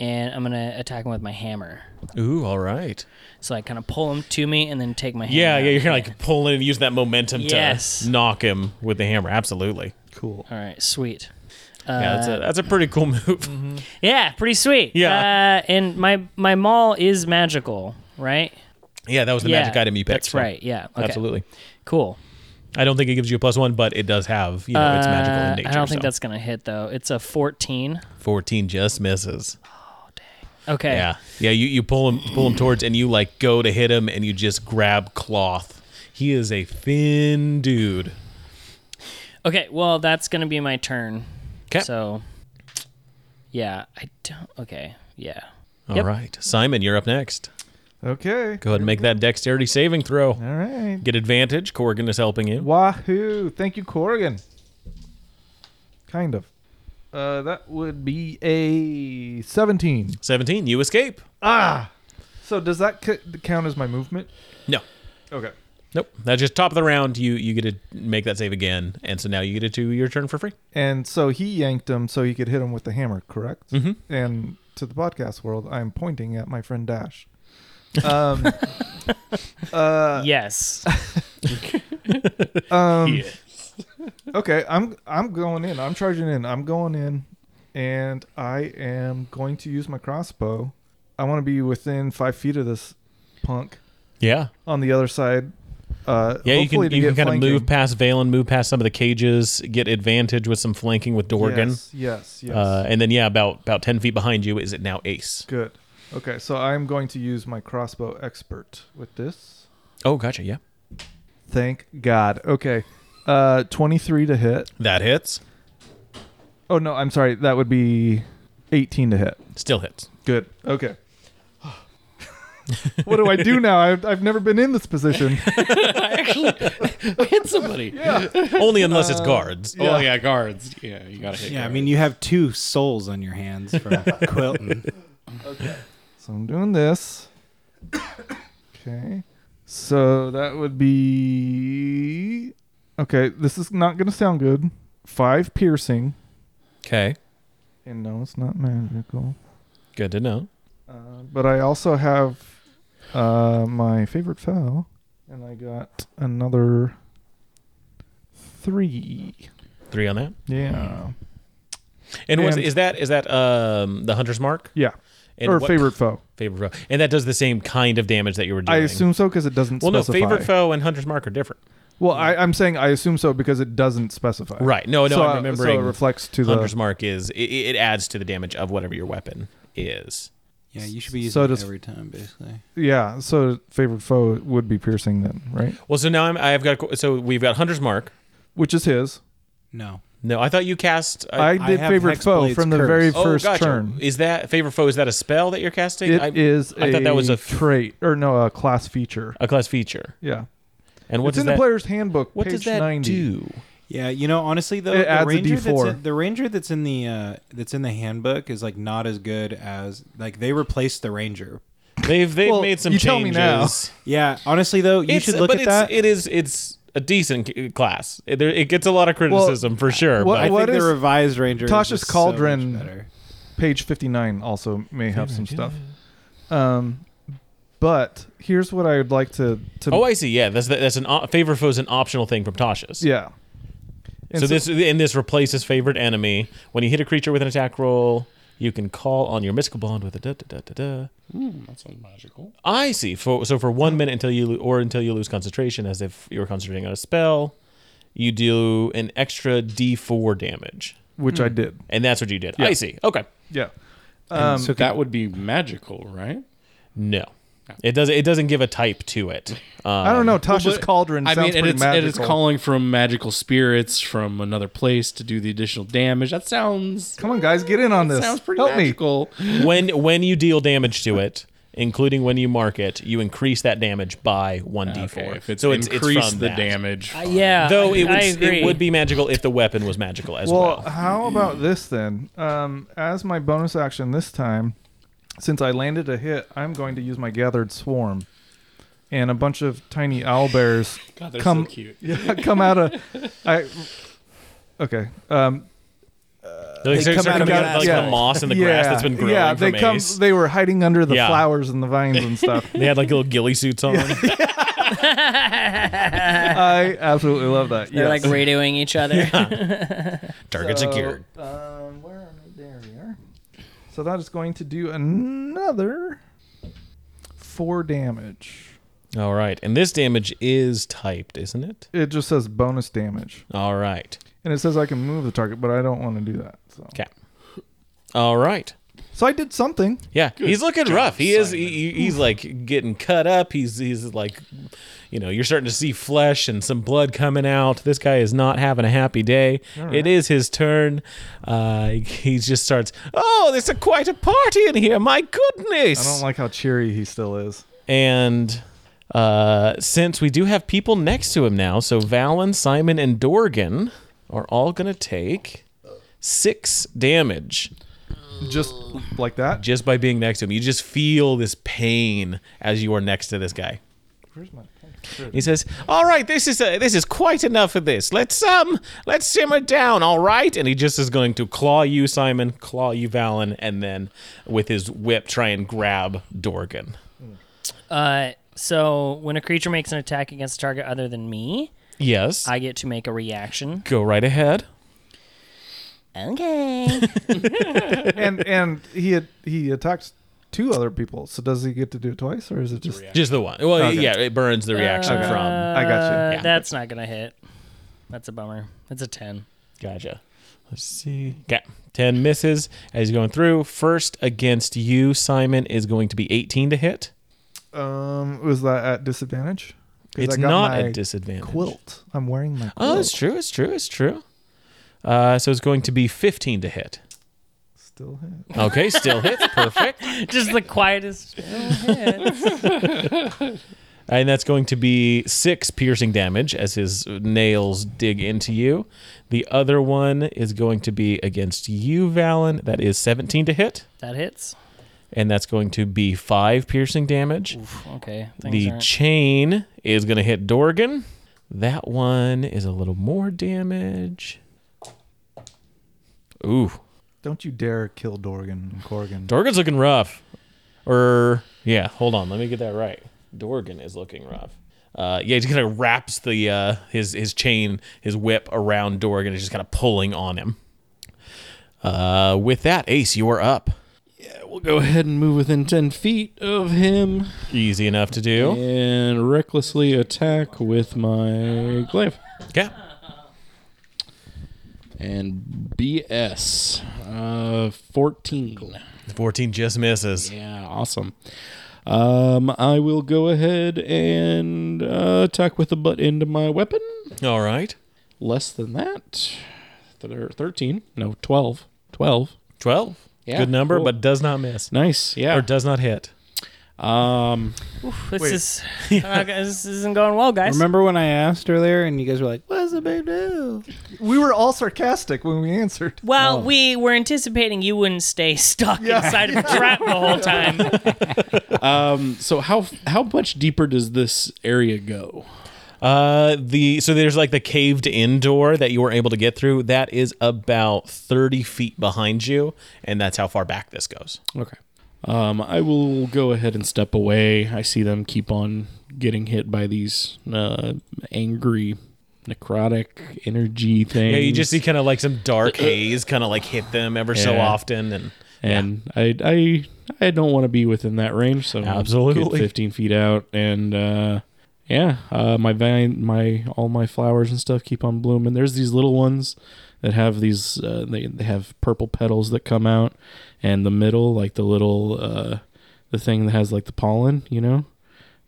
B: and I'm gonna attack him with my hammer.
A: Ooh, all right.
B: So I kind of pull him to me and then take my hammer.
A: Yeah, yeah. You're
B: out.
A: gonna like pull in and use that momentum
B: Yes.
A: to knock him with the hammer. Absolutely.
C: Cool.
B: All right, sweet.
A: yeah,
B: Uh,
A: that's a that's a pretty cool move.
B: mm-hmm. Yeah, pretty sweet.
A: Yeah.
B: Uh, and my my maul is magical, right?
A: Yeah, that was the
B: yeah,
A: magic item you picked.
B: That's
A: so-
B: right. Yeah. Okay.
A: Absolutely.
B: Cool.
A: I don't think it gives you a plus one, but it does have you know it's magical
B: Uh,
A: in nature.
B: I don't think
A: so.
B: that's gonna hit though. It's a fourteen.
A: fourteen. Just misses.
B: Okay.
A: Yeah, yeah. You, you pull him pull him towards, and you like go to hit him, and you just grab cloth. He is a thin dude.
B: Okay. Well, that's gonna be my turn.
A: 'Kay.
B: So. Yeah, I don't. Okay. Yeah.
A: All right,
B: Yep.
A: Simon, you're up next.
C: Okay.
A: Go ahead and make that dexterity saving throw.
C: All right.
A: Get advantage. Corgan is helping you.
C: Wahoo! Thank you, Corrigan. Kind of. Uh, that would be a 17.
A: Seventeen. You escape.
C: Ah! So does that c- count as my movement?
A: No.
C: Okay.
A: Nope. That's just top of the round. You you get to make that save again, and so now you get to do your turn for free.
C: And so he yanked him so he could hit him with the hammer, correct? Mm-hmm. And to the podcast world, I'm pointing at my friend Dash. Um, uh,
B: yes.
C: um, okay, I'm I'm going in. I'm charging in. I'm going in, and I am going to use my crossbow. I want to be within five feet of this punk.
A: Yeah.
C: on the other side. Uh,
A: Yeah. You can
C: hopefully to
A: you can
C: get
A: kind of
C: flanking.
A: move past Valen, move past some of the cages, get advantage with some flanking with Dorgan.
C: Yes, yes, yes.
A: Uh, and then yeah, about about ten feet behind you is it now Ace?
C: Good. Okay, so I'm going to use my crossbow expert with this.
A: Oh, gotcha. Yeah,
C: Thank God. Okay, uh, 23 to hit.
A: that hits.
C: Oh no, I'm sorry. That would be 18 to hit.
A: Still hits.
C: Good. Okay. what do I do now? I've, I've never been in this position.
D: Hit somebody.
A: Only unless it's guards.
D: Oh yeah, guards. Yeah, you gotta hit.
G: Yeah, I
D: guards.
G: mean you have two souls on your hands from Quilton.
F: Okay.
C: So I'm doing this. Okay. So that would be. Okay, this is not going to sound good. Five piercing.
A: Okay.
C: And no, it's not magical.
A: Good to know.
C: Uh, but I also have uh, my favorite foul. And I got another three.
A: Three on that.
C: Yeah.
A: And, was,
C: And-
A: is that is that um, the hunter's mark?
C: Yeah.
A: And
C: or
A: what-
C: favorite foe.
A: favorite foe, and that does the same kind of damage that you were doing.
C: I assume so because it doesn't
A: Well, no,
C: specify.
A: favorite foe and hunter's mark are different.
C: Well, I, I'm saying I assume so because it doesn't specify.
A: Right. Oh, No, no,
C: so,
A: I'm
C: uh,
A: remembering.
C: So it reflects to the.
A: hunter's mark is it, it adds to the damage of whatever your weapon is.
G: Yeah, you should be using
C: So
G: it
C: does-
G: every time, basically.
C: Yeah, so favorite foe would be piercing then, right?
A: Well, so now I'm, I've got so we've got hunter's mark.
C: Which is his.
G: No.
A: No, I thought you cast. uh,
C: I,
G: I
C: did
G: have
C: favorite foe
G: Hexblade's
C: from the
G: Curse.
C: very
A: oh,
C: first
A: gotcha.
C: turn.
A: Is that favorite foe? Is that a spell that you're casting?
C: It
A: I-
C: is
A: I thought that was a f-
C: trait or no, a class feature.
A: a class feature.
C: Yeah,
A: And what
C: it's
A: does
C: in
A: that,
C: the player's handbook.
A: what
C: page
A: does that
C: 90.
A: do?
G: Yeah, you know, honestly though,
C: It adds
G: the
C: a
G: ranger that's
C: D4.
G: in, the ranger that's in the uh, that's in the handbook is like not as good as like they replaced the ranger.
A: They've they've
C: Well,
A: made some
C: you
A: changes.
C: tell me now.
G: Yeah, honestly though, you
A: It's-
G: should look
A: but
G: at
A: it's,
G: that.
A: It is it's a decent c- class. It, there- it gets a lot of criticism for sure.
C: what-
G: I
A: but
C: what
G: think
C: is-
G: the revised ranger. is
C: Tasha's
G: just so
C: Cauldron-
G: much better.
C: Page fifty-nine also may have some stuff. Um, but here's what I would like to to.
A: oh, I see. Yeah, that's that's an o- favorite foe is an optional thing from Tasha's.
C: yeah.
A: So, this and this replaces favorite enemy. When you hit a creature with an attack roll, you can call on your mystical bond with a da da da da da.
D: That sounds magical.
A: I see. For, so for one minute until you lo- or until you lose concentration, as if you were concentrating on a spell, you do an extra D4 damage,
C: which
G: Hmm.
C: I did.
A: and that's what you did.
C: Yeah.
A: I see. Okay.
C: Yeah.
D: Um, so that would be magical, right?
A: No, it does. It doesn't give a type to it. Um,
C: I don't know. Tasha's
D: Well, but-
C: cauldron
D: I
C: sounds
D: mean, and
C: pretty
D: it's, and
C: magical.
D: it's calling from magical spirits from another place to do the additional damage. That sounds
C: Come on, guys, get in on this.
D: sounds pretty
C: Help me.
D: magical.
A: when when you deal damage to it. Including when you mark it, you increase that damage by one d4.
D: Okay, if it's
A: so it's,
D: increase
A: it's from
D: the
A: that.
D: damage.
B: Uh, yeah.
A: Though
B: I,
A: it would
B: I
A: it
B: agree.
A: would be magical if the weapon was magical as well.
C: Well, how about this then? Um, as my bonus action this time, since I landed a hit, I'm going to use my gathered swarm, and a bunch of tiny owl bears
D: God, they're
C: come-
D: so cute.
C: yeah, come out of. I okay. Um,
A: They're like,
G: They come
A: sort
G: out
A: of
G: of
A: got,
G: the-
A: like
C: yeah.
A: the moss and the grass that's been growing
C: Yeah,
A: from
C: they come.
A: Ace.
C: They were hiding under the
A: Yeah.
C: flowers and the vines and stuff.
A: They had like little ghillie suits on.
C: I absolutely love that.
B: They're
C: Yes.
B: like radioing each other.
A: Target
C: So,
A: secured.
C: Um, where am I? There we are. So that is going to do another four damage.
A: All right, and this damage is typed, isn't it?
C: It just says bonus damage,
A: All right.
C: and it says I can move the target, but I don't want to do that. So,
A: Okay. All right.
C: so I did something.
A: Yeah, he's looking rough. He is.
D: Simon.
A: He, he's like getting cut up. He's he's like, you know, you're starting to see flesh and some blood coming out. This guy is not having a happy day. It is his turn. Uh, he just starts. Oh, there's a, quite a party in here. My goodness.
C: I don't like how cheery he still is.
A: And uh, since we do have people next to him now, so Valen, Simon, and Dorgan are all going to take six damage
C: Just like that.
A: just by being next to him. You just feel this pain as you are next to this guy.
C: Where's my?
A: He says, "All right, this is uh this is quite enough of this. Let's um let's simmer down, all right." And he just is going to claw you, Simon, claw you, Valen, and then with his whip try and grab Dorgan.
B: Uh, so when a creature makes an attack against a target other than me,
A: Yes.
B: I get to make a reaction.
A: go right ahead.
B: Okay.
C: And and he had, he attacks two other people. So does he get to do it twice, or is it just?
A: Just the one. Well,
C: Okay.
A: yeah, it burns the reaction from.
C: I got you.
B: Uh,
A: Yeah.
B: That's not gonna hit. That's a bummer. It's a ten.
A: Gotcha. Let's see. Okay. 10 misses as he's going through. First against you, Simon, is going to be 18 to hit.
C: Um, was that at disadvantage? 'Cause
A: It's
C: I got
A: not
C: my
A: a disadvantage.
C: Quilt. I'm wearing my. Quilt.
A: Oh, it's true. It's true. It's true. Uh, so it's going to be 15 to hit.
C: Still hit.
A: Okay, still hits. Perfect.
B: Just the quietest.
A: And that's going to be six piercing damage as his nails dig into you. The other one is going to be against you, Valen. That is 17 to hit.
B: That hits.
A: and that's going to be five piercing damage.
B: Oof, okay.
A: the
B: Things aren't-
A: chain is going to hit Dorgan. That one is a little more damage. Ooh,
C: Don't you dare kill Dorgan and Corgan.
A: Dorgan's looking rough. Or yeah, hold on, let me get that right. Dorgan is looking rough. Uh, yeah, he's kind of wraps the uh, his his chain, his whip around Dorgan, is just kind of pulling on him. Uh, with that, Ace, you are up.
D: Yeah, we'll go ahead and move within 10 feet of him
A: Easy enough to do.
D: and recklessly attack with my glaive.
A: Okay.
D: And BS. Uh, 14.
A: 14 just misses.
D: Yeah, awesome. Um, I will go ahead and uh, attack with the butt end of my weapon.
A: All right.
D: Less than that. Thir- 13. No, 12. 12.
A: 12.
D: Yeah,
A: Good number,
D: cool.
A: but does not miss.
D: Nice. Yeah.
A: Or does not hit.
D: um,
B: This is uh, this isn't going well, guys.
E: Remember when I asked earlier and you guys were like, "What's the big deal?"
C: We were all sarcastic when we answered.
B: Well, we were anticipating you wouldn't stay stuck inside of a trap the whole time.
D: um, so how how much deeper does this area go?
A: Uh, the so there's like the caved in door that you were able to get through. That is about thirty feet behind you, and that's how far back this goes.
D: Okay. Um, I will go ahead and step away. I see them keep on getting hit by these uh, angry necrotic energy things.
A: Yeah, you just see kind of like some dark haze, kind of like hit them ever so
D: Yeah.
A: often, and
D: and I I I don't want to be within that range. So
A: Absolutely.
D: get fifteen feet out, and uh, yeah, uh, my vine, my all my flowers and stuff keep on blooming. There's these little ones that have these uh, they they have purple petals that come out, and the middle like the little uh, the thing that has like the pollen, you know,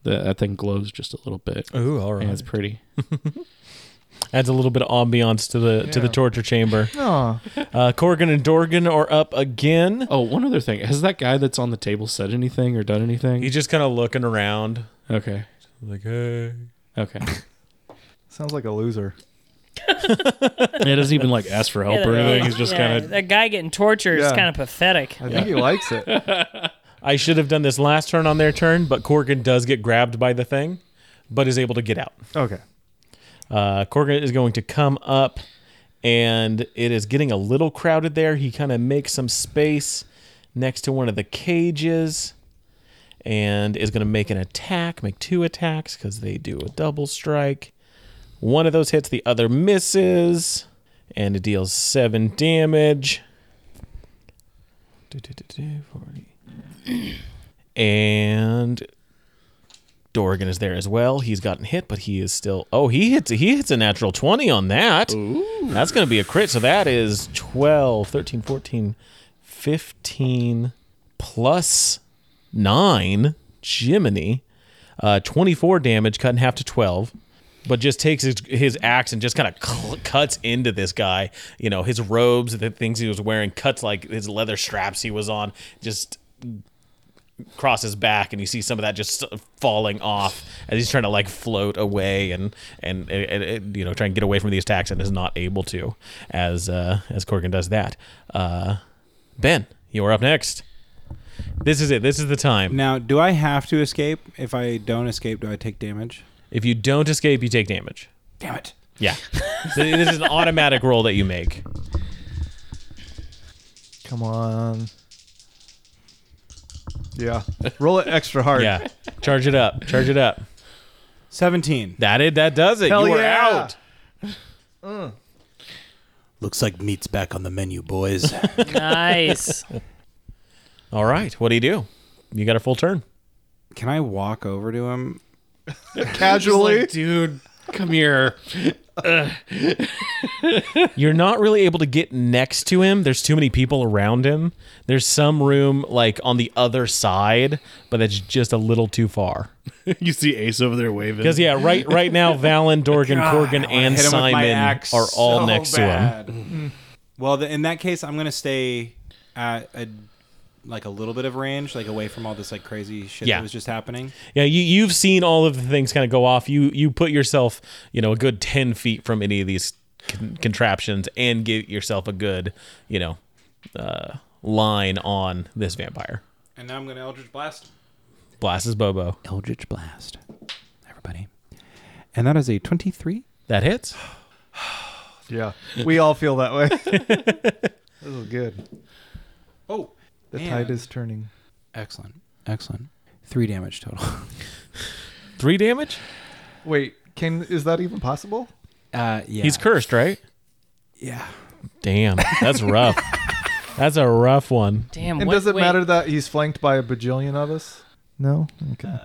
D: that that thing glows just a little bit.
A: ooh, all right,
D: Yeah, it's pretty.
A: adds a little bit of ambiance to the to the
C: Yeah.
A: torture chamber.
C: No,
A: Uh, Corgan and Dorgan are up again.
D: Oh, one other thing. Has that guy that's on the table said anything or done anything?
A: He's just kind of looking around,
D: Okay.
A: like hey.
D: Okay.
C: sounds like a loser.
D: it doesn't even like ask for help or anything. He's just
B: Yeah,
D: kind of
B: that guy getting tortured is
C: Yeah.
B: kind of pathetic.
C: I think he likes it.
A: I should have done this last turn on their turn, but Corgan does get grabbed by the thing, but is able to get out.
C: Okay.
A: Uh, Corgan is going to come up, and it is getting a little crowded there. He kind of makes some space next to one of the cages, and is going to make an attack, make two attacks because they do a double strike. One of those hits, the other misses, and it deals seven damage. Do, do, do, do, 40. And Dorgan is there as well. He's gotten hit, but he is still. Oh, he hits. He hits a natural twenty on that. That's going to be a crit. So that is 12, 13, 14, 15 plus nine. Jiminy, uh, twenty-four damage, cut in half to twelve. But just takes his, his axe and just kind of cl- cuts into this guy. You know, his robes, the things he was wearing, cuts like his leather straps he was on. Just crosses back and you see some of that just sort of falling off as he's trying to like float away and and, and, and, you know try and get away from these attacks and is not able to as uh as Corgan does that uh Ben you are up next this is it this is the time
G: Now, do I have to escape? If I don't escape, do I take damage?
A: if you don't escape you take damage
G: Damn it.
A: yeah So this is an automatic roll that you make
C: Come on. Yeah. Roll it extra hard.
A: yeah charge it up charge it up
G: 17.
A: that it that does it
C: Hell
A: you are
C: yeah.
A: out
G: Looks like meat's back on the menu, boys.
B: Nice.
A: all right what do you do you got a full turn
G: Can I walk over to him?
C: Casually.
D: dude, come here.
A: You're not really able to get next to him. There's too many people around him. There's some room like on the other side, but that's just a little too far.
D: you see Ace over there waving.
A: Because yeah, right right now Valen, Dorgan, Corgan, and
G: Ah, hit him with my
A: Simon
G: axe
A: are all
G: so
A: next to him.
G: bad. Mm-hmm.
E: Hmm.
G: Well, th in that case, I'm gonna stay at a like a little bit of range, like away from all this like crazy shit
A: Yeah.
G: that was just happening.
A: Yeah, you you've seen all of the things kind of go off. You you put yourself, you know, a good ten feet from any of these con- contraptions and get yourself a good, you know, uh, line on this vampire.
G: And now I'm gonna Eldritch Blast.
A: Blast is Bobo.
E: Eldritch Blast. Everybody. And that is a 23.
A: That hits.
C: Yeah. We all feel that way. this is good.
G: Oh,
C: The
G: Man.
C: tide is turning.
E: Excellent. Excellent. Three damage total.
A: Three damage.
C: Wait, can is that even possible?
E: Uh, yeah.
A: He's cursed, right?
E: Yeah.
A: Damn, that's rough. that's a rough one.
B: Damn.
C: And
B: what-
C: does it
B: wait,
C: matter that he's flanked by a bajillion of us? No. Okay.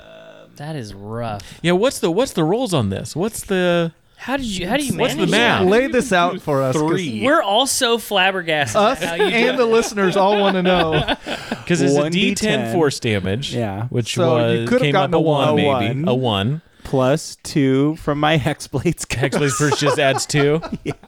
B: That is rough.
A: Yeah, what's the what's the rolls on this? What's the
B: How did you? How do you
A: What's
B: manage?
A: the math?
B: that?
C: Lay this out for us. 'cause
D: Three.
B: We're all so flabbergasted.
C: Us
B: at how you do
C: and the listeners all want to know.
A: because it's a
E: 1d10
A: D ten force damage.
E: Yeah.
A: which
C: So you
A: was
C: could've
A: came
C: gotten
A: up a
C: a
A: one,
C: one.
A: maybe
E: A one.
A: a one.
E: Plus two from my Hexblades.
A: Hexblade's curse just adds two.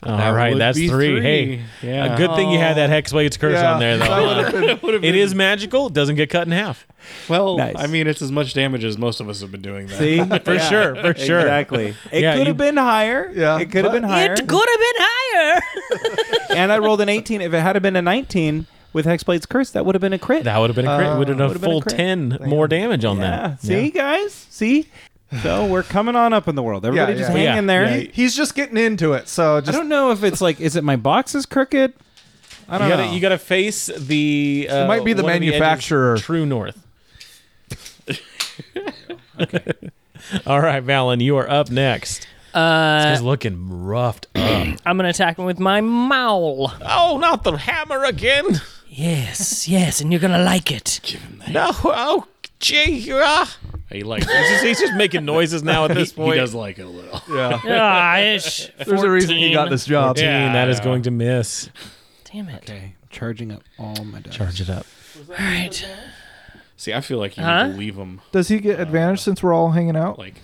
A: All right,
D: would
A: that's
D: be
A: three. Hey,
D: Yeah.
A: a good thing you had that Hexblade's curse
C: Yeah,
A: on there though.
C: that
A: huh? It is magical. Doesn't get cut in half
D: Well,
E: Nice.
D: Oh, I mean, it's as much damage as most of us have been doing. That.
E: See?
A: for sure. For sure.
E: Exactly. It
A: Yeah,
E: could
A: you-
E: have been higher.
C: Yeah.
E: It could have been higher.
B: It could have been higher.
E: and I rolled an 18. If it had been a 19 with Hexblade's Curse, that would have been a crit.
A: That would have been a crit.
C: Uh,
A: would have done a
E: would've been a
A: full
E: crit.
A: ten more damage on
E: yeah.
A: that.
E: See, guys? See? So we're coming on up in the world. Everybody
C: Yeah,
E: just
C: yeah.
E: hang
A: Yeah,
E: in there.
D: yeah.
C: He's just getting into it. So
E: I
C: just
E: don't know if it's like, is it my box is crooked? I don't
A: you
E: know.
A: gotta, you gotta face the. Uh,
C: might be the
A: one of edges,
C: manufacturer.
A: True North. All right, Valen, you are up next.
B: Uh,
A: He's looking roughed up.
B: I'm gonna attack him with my maul.
A: oh, not the hammer again!
B: Yes, yes, and you're gonna like it.
A: No, oh, gee, ah.
D: He likes.
A: he's, just, he's just making noises now at this
D: he
A: point.
D: does like it a little.
C: yeah.
B: Ah, ish.
C: There's a reason he got this job.
A: Dean,
D: Yeah,
A: that is
D: yeah.
A: going to miss.
B: Damn it.
E: Okay. Charging up all my dice.
A: Charge it up.
B: All right.
D: See, I feel like you
B: Huh?
D: need to leave him.
C: Does he get advantage since we're all hanging out?
D: Like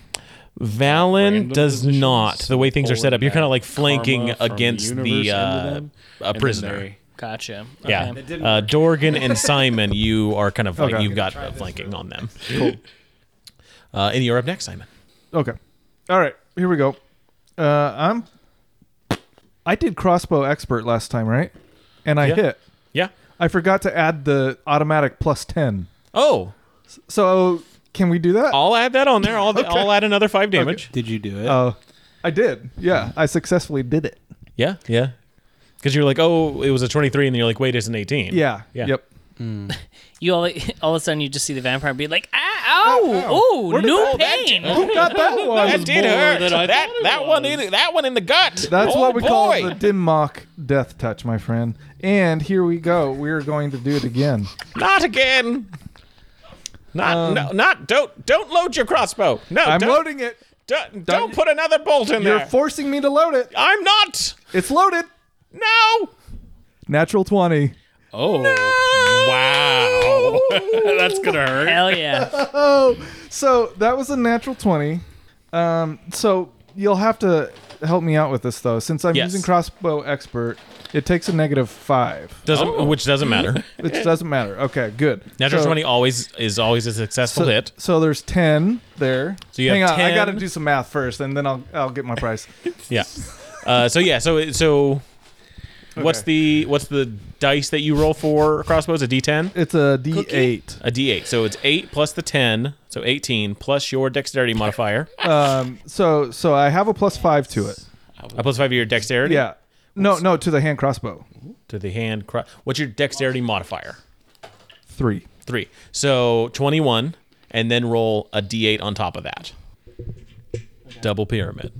A: Valen
D: Random
A: does
D: positions,
A: not. The way things are set up, you're
D: pulling
A: kind of like
D: that
A: flanking
D: karma from the
A: against the,
D: universe into
A: uh,
D: them,
A: a
D: and then
A: prisoner.
D: they-
B: Gotcha.
A: Yeah,
B: Okay.
A: uh, Dorgan and Simon, you are kind of like
C: Okay.
A: you've got uh, flanking on them. Uh, and you're up next, Simon.
C: Okay. All right. Here we go. Uh, I'm. I did crossbow expert last time, right? And I
A: Yeah.
C: hit.
A: Yeah.
C: I forgot to add the automatic plus ten.
A: Oh,
C: So can we do that?
A: I'll add that on there. I'll, I'll add another five damage.
E: Did you do it?
C: Oh, I did. Yeah, I successfully did it.
A: Yeah, yeah. Because you're like, oh, it was a 23, and then you're like, wait, it's an 18.
C: Yeah.
A: Yeah.
C: Yep.
B: You all, all of a sudden you just see the vampire be like, ah, ow, ooh,
C: Where did
B: new
C: that- that-
B: pain.
C: Who got that one?
A: did hurt. that that one in that one in the gut. Oh,
C: That's what we call the Dimmock death touch, my friend. And here we go. We're going to do it again.
A: Not again. Not no, not don't don't load your crossbow. No,
C: Um, I'm
A: don't,
C: loading it.
A: Don't, don't, put another bolt in
C: You're
A: there.
C: forcing me to load it.
A: I'm not.
C: It's loaded.
A: No.
C: Natural twenty.
D: Oh, wow, that's gonna hurt.
B: Hell yeah.
C: So that was a natural 20. Um, so you'll have to help me out with this, though. Since I'm
A: Yes.
C: using crossbow expert, it takes a negative five,
A: Doesn't which doesn't matter.
C: which doesn't matter. Okay, good.
A: Eh. Natural
C: So-
A: twenty always is always a successful
C: So,
A: hit.
C: so there's 10 there.
A: So you
C: Hang
A: have
C: on, I
A: 10.
C: got to do some math first, and then I'll, I'll get my price.
A: Yeah. Uh, so yeah. So so, what's the what's the dice that you roll for crossbows? A D10.
C: It's a D8.
A: A D8. So it's eight plus the ten. So eighteen plus your dexterity modifier. Uh,
C: Um, so so I have a plus five to it.
A: A plus five to your dexterity.
C: Yeah. No, no, to the hand crossbow.
A: To the hand. Cro- what's your dexterity modifier?
C: Three.
A: Three. So twenty-one, and then roll a D8 on top of that. Double pyramid.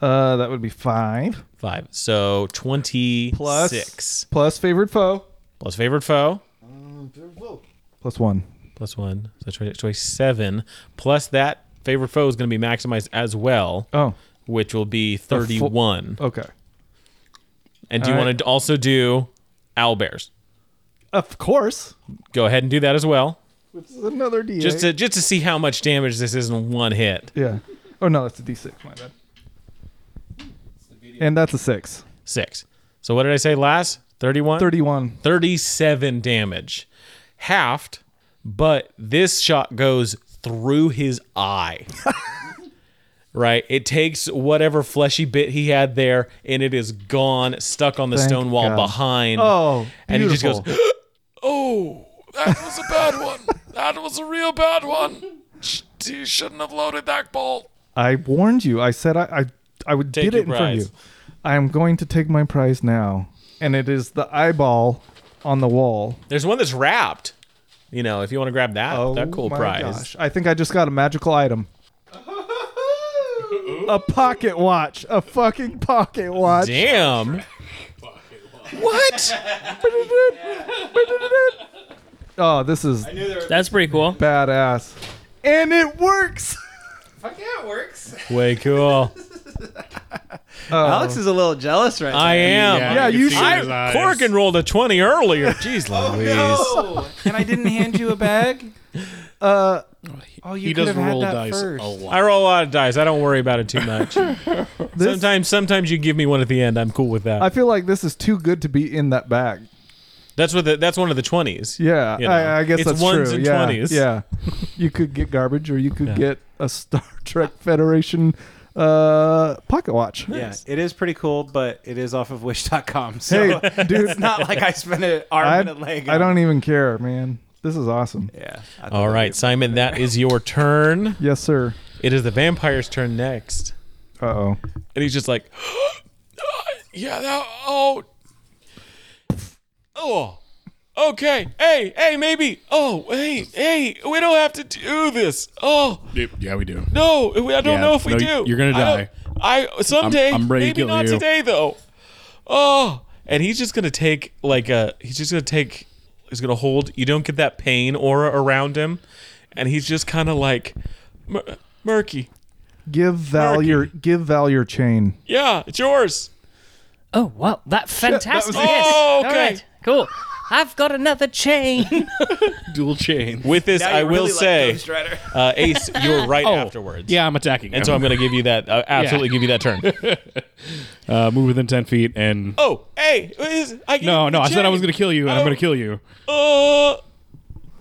C: Uh, that would be five.
A: Five. So twenty-six
C: Plus- Plus favored foe.
A: plus favorite foe.
C: Plus one.
A: plus one. So twenty- 27. Plus that favorite foe is going to be maximized as well,
C: Oh,
A: which will be 31.
C: okay.
A: and do you
C: alright.
A: want to also do owlbears?
C: Of course.
A: Go ahead and do that as well.
C: Which is another D8.
A: Just to just to see how much damage this is in one hit.
C: Yeah. Oh no, that's a D6. My bad. And that's a six.
A: Six. So what did I say last? 31?
C: Thirty-one.
A: 37 damage. Halved, but this shot goes through his eye. right? It takes whatever fleshy bit he had there and it is gone, stuck on the
C: Thank
A: stone wall
C: God.
A: behind.
C: Oh,
A: and he just goes,
C: beautiful.
A: oh.
H: That was a bad one. That was a real bad one. Sh- You shouldn't have loaded that bolt.
C: I warned you. I said I I, I would
A: Take
C: did it in
A: your
C: front of
A: prize.
C: you. I am going to take my prize now, and it is the eyeball on the wall.
A: There's one that's wrapped. You know, if you want to grab that, that cool
C: Oh my
A: prize.
C: gosh. I think I just got a magical item. a pocket watch. A fucking pocket watch.
A: Damn. what?
C: Oh, this is
B: That's pretty cool.
C: badass. And it works.
F: Fuck yeah, it works.
A: Way cool.
G: Alex is a little jealous right
A: I am.
C: Oh. Yeah, you should.
A: I Corkin rolled a 20 earlier. Jeez Louise.
F: No.
G: and I didn't hand you a bag.
C: Uh,
G: Oh, you
D: He
G: could
D: does
G: have had
D: roll
G: that
D: dice
G: first.
D: a lot.
A: I roll a lot of dice. I don't worry about it too much.
C: this,
A: sometimes sometimes you give me one at the end. I'm cool with that.
C: I feel like this is too good to be in that bag.
A: that's what the, that's one of the 20s.
C: Yeah,
A: You know,
C: I, I guess
A: it's
C: that's
A: ones
C: true.
A: and
C: yeah,
A: 20s.
C: yeah. you could get garbage, or you could
A: Yeah.
C: get a Star Trek Federation uh, pocket watch.
G: Yeah, it is pretty cool, but it is off of Wish.com. So
C: Hey, dude,
G: it's not like I spent an arm
C: I,
G: and a leg.
C: I
G: on
C: don't even care, man. This is awesome.
G: it. Yeah. I thought
A: All
G: that
A: right, Simon, that is your turn.
C: Yes, sir.
A: It is the vampire's turn next.
C: Uh oh.
A: And he's just like,
H: Yeah, that. Oh. Oh. Okay. Hey, hey, maybe. Oh, hey, hey, we don't have to do this. Oh,
D: Yeah, we do.
H: no. I don't
D: Yeah,
H: know if we
D: no,
H: do.
D: you're gonna
H: I don't-
D: die.
H: I, someday.
D: I'm ready to
H: maybe
D: kill
H: not
D: you.
H: today, though. Oh. And he's just going to take, like, a. He's just going to take. He's going to hold. You don't get that pain aura around him. And he's just kind of like, "Mur- murky.
C: Give Val
H: Marky.
C: your give Val your chain.
H: Yeah, it's yours.
B: Oh wow, that fantastic!
H: was-
B: yes.
H: Oh,
B: All
H: okay.
B: right, cool. I've got another chain.
D: Dual chain.
A: with this,
G: Now you
A: I will
G: really like
A: say,
G: Ghost Rider.
A: uh, Ace, you're right afterwards.
D: Oh, Yeah, I'm attacking.
A: And so I'm going to give you that, uh, absolutely give you that turn.
D: uh, move within ten feet and.
H: Oh, hey, it is- I gave
D: No,
H: you
D: no!
H: the
D: I said I was
H: chain.
D: gonna kill you, and I'm
H: don't-
D: gonna kill you.
H: Uh,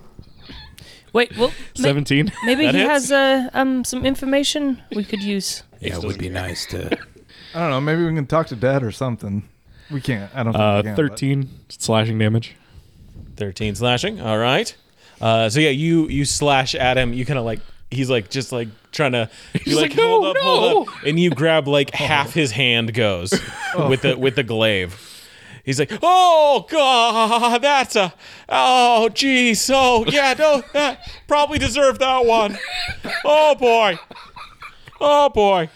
B: Wait, well, ma-
D: Seventeen.
B: maybe
A: That
B: he
A: hits?
B: has uh, um some information we could use.
G: Yeah, it would be nice to.
C: I don't know. Maybe we can talk to Dad or something. We can't. I don't. Think
D: Uh,
C: we can, but-
D: thirteen slashing damage.
A: 13 slashing. All right. Uh, so yeah, you you slash at him. You kind of like he's like just like trying to you like,
D: like, "No, Oh.
A: hold up, hold up, and you grab like half his hand goes with the with the glaive. He's like, oh god, that's a, oh geez, oh yeah, no, that probably deserved that one. Oh boy, oh boy.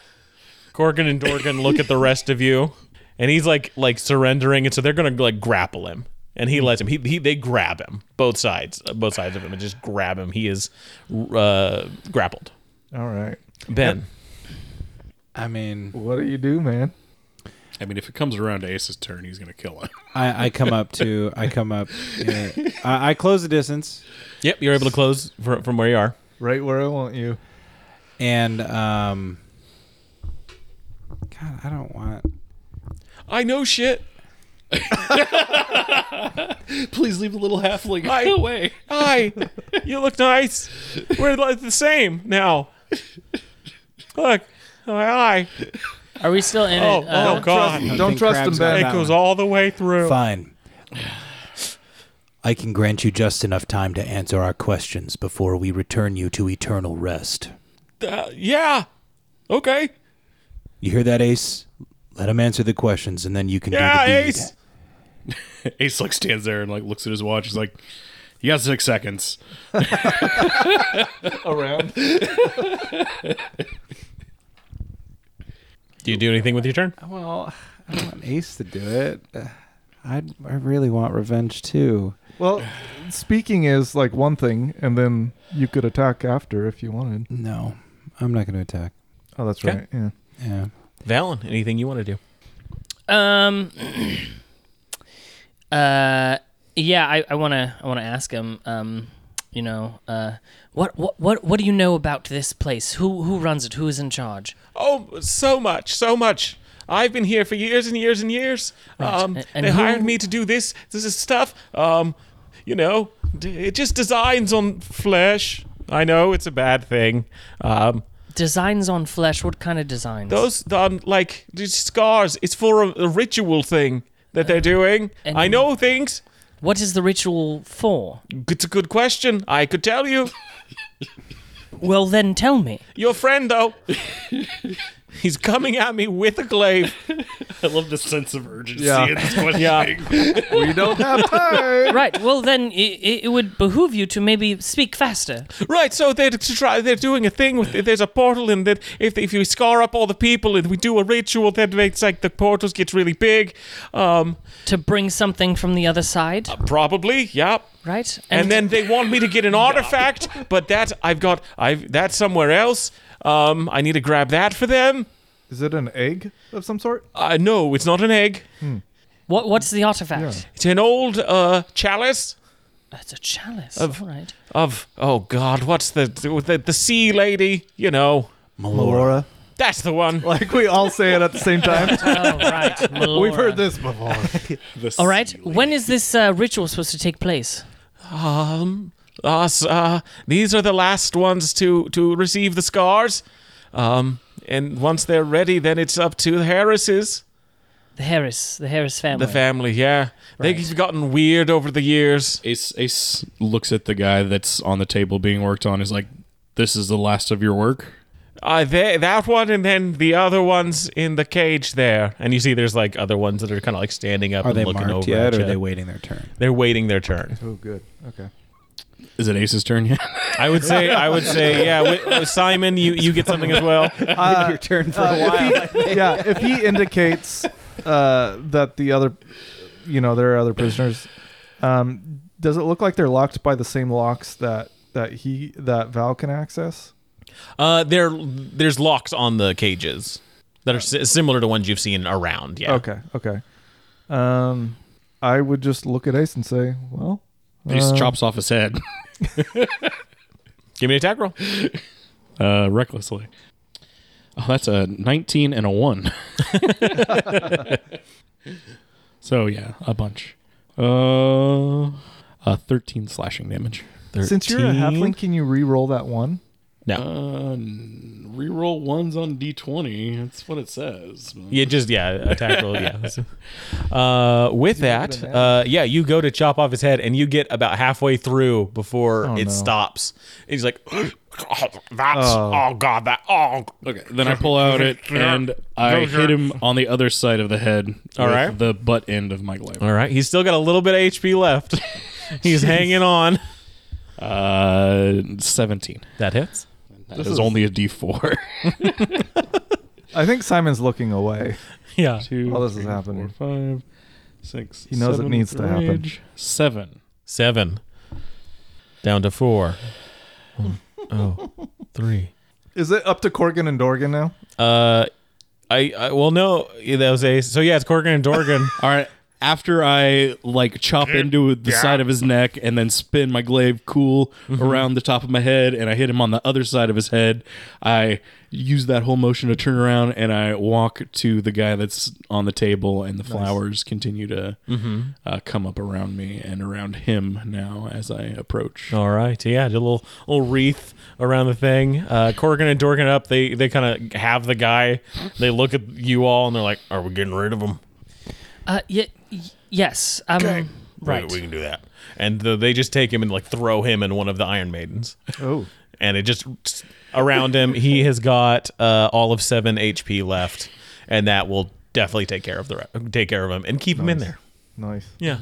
A: Corgan and Dorgan look at the rest of you, and he's like like surrendering, and so they're gonna like grapple him, and he lets him. He, he they grab him both sides, uh, both sides of him, and just grab him. He is uh, grappled.
C: All right.
A: Ben,
G: I mean,
C: What do you do, man?
D: I mean, if it comes around to Ace's turn, he's gonna kill him.
G: I, I come up to. I come up. yeah. I, I close the distance,
A: yep, you're able to close from, from where you are.
C: Right where I want you.
G: and um. God, I don't want.
H: I know shit.
D: Please leave the little halfling
H: I-
D: away.
H: Hi, you look nice. We're like the same now. Look, my eye.
B: Are we still in
H: Oh,
B: it? Uh,
H: oh god,
G: I
C: Don't
G: think
C: trust
G: Crab's
C: him,
G: got
C: Ben.
H: it
G: that
H: goes
G: one.
H: all the way through.
G: Fine. I can grant you just enough time to answer our questions before we return you to eternal rest.
H: Uh, yeah. Okay.
G: You hear that, Ace? Let him answer the questions, and then you can
H: Yeah,
G: do the deed.
H: Ace.
D: Ace like stands there and like looks at his watch. He's like, "You got six seconds."
C: Around.
A: Do you do anything with your turn?
E: Well, I don't want Ace to do it. I I really want revenge too.
C: Well, speaking is like one thing, and then you could attack after if you wanted.
E: No.
G: I'm not going to attack.
C: Oh, that's
A: Okay.
C: right. Yeah.
G: Yeah.
A: Valen, anything you want to do?
H: oh.
B: Um. uh. Yeah, I, I wanna I wanna ask him. Um. You know. Uh. What what what what do you know about this place? Who who runs it? Who is in charge?
H: Oh, so much, so much. I've been here for years and years and years. Um,
B: A- and
H: they
B: who-
H: hired me to do this. This is stuff. Um, you know, d- it just designs on flesh. I know it's a bad thing. Um,
B: Designs on flesh. What kind of designs?
H: those um, like these scars. It's for a, a ritual thing that they're doing.
B: Uh, and-
H: I know things.
B: What is the ritual for?
H: It's a good question. I could tell you.
B: Well, then tell me.
H: Your friend, though, he's coming at me with a glaive.
I: I love the sense of urgency
C: Yeah.
I: in this question.
C: We don't have time.
B: Right. Well, then it, it would behoove you to maybe speak faster.
H: Right, so they're to try. They're doing a thing with. There's a portal, and that if if you scar up all the people and we do a ritual, that makes like the portals gets really big. Um,
B: To bring something from the other side,
H: probably, yeah.
B: right?
H: And then they want me to get an artifact, but that I've got. I've that's somewhere else. Um, I need to grab that for them.
C: Is it an egg of some sort?
H: Uh, no, it's not an egg.
B: what? What's the artifact?
H: It's an old uh chalice.
B: That's a chalice. All right.
H: of oh god, what's the the, the sea lady? You know,
C: Melora.
H: that's the one.
C: Like we all say it at the same time. Oh,
B: Oh, right.
C: We've
B: Melora.
C: heard this before.
D: The
B: All right.
D: sea lady.
B: When is this uh, ritual supposed to take place?
H: Um, us. Uh, these are the last ones to to receive the scars. Um, and once they're ready, then it's up to the Harrises,
B: The Harris, the Harris family.
H: the family. Yeah, they've gotten weird over the years.
D: Ace Ace looks at the guy that's on the table being worked on. Is like, this is the last of your work.
H: Uh, they, that one, and then the other ones in the cage there. And you see, there's like other ones that are kind of like standing up
E: Are
H: and
E: they
H: looking over.
E: marked
H: at
E: yet, or
H: you.
E: are they waiting their turn?
H: They're waiting their turn.
C: Oh, good. Okay.
D: Is it Ace's turn yet?
H: I would say, I would say, yeah. With, with Simon, you you get something as well.
C: Uh,
E: your turn for
C: uh,
E: a while.
C: if he- yeah, if he indicates uh, that the other, you know, there are other prisoners, um, does it look like they're locked by the same locks that that he that Val can access?
A: Uh, there, there's locks on the cages that are si- similar to ones you've seen around.
E: Oh.
A: Yeah.
C: Okay, okay. Um, I would just look at Ace and say, "Well,
D: He just
C: um,
D: chops off his head
A: Give me an attack roll.
D: uh, recklessly. Oh, that's a 19 and a 1. so, yeah, a bunch. Uh, uh, 13 slashing damage.
C: Since you're a halfling, can you re-roll that one?
D: Uh, n- reroll ones on d20. That's what it says.
A: Yeah, just yeah, attack roll. Yeah. Uh, with that, uh, yeah, you go to chop off his head, and you get about halfway through before
C: Oh,
A: it
C: no.
A: stops. And he's like, "Oh, that's
C: Oh.
A: oh god, that oh."
D: Okay, then I pull out it and I hit him on the other side of the head.
A: All
D: with
A: right.
D: The butt end of my glaive.
A: All right, he's still got a little bit of HP left. he's hanging on.
D: Uh, 17.
A: That hits.
D: That is only a d4.
C: I think Simon's looking away.
A: Yeah.
D: Two,
C: While this is
D: three,
C: happening.
D: four, five, six.
C: He knows it
D: seven
C: needs to happen.
D: rage. Seven.
A: Seven. Down to four. One, oh, three.
C: Is it up to Corgan and Dorgan now?
A: Uh, I, I well no that was a so yeah it's Corgan and Dorgan.
D: All right. After I like chop into the side of his neck and then spin my glaive cool around the top of my head and I hit him on the other side of his head, I use that whole motion to turn around and I walk to the guy that's on the table and the flowers continue to uh, come up around me and around him now as I approach.
A: All right, yeah, do a little little wreath around the thing. Uh, Corgan and Dorgan up. They they kind of have the guy. They look at you all and they're like, "Are we getting rid of him?"
B: Uh, y- y- yes. Um, Right.
A: we, we can do that. And the, they just take him and like throw him in one of the Iron Maidens.
C: Oh,
A: and it just around him he has got uh, all of 7 hp left and that will definitely take care of the re- take care of him and keep him in there
C: nice.
A: yeah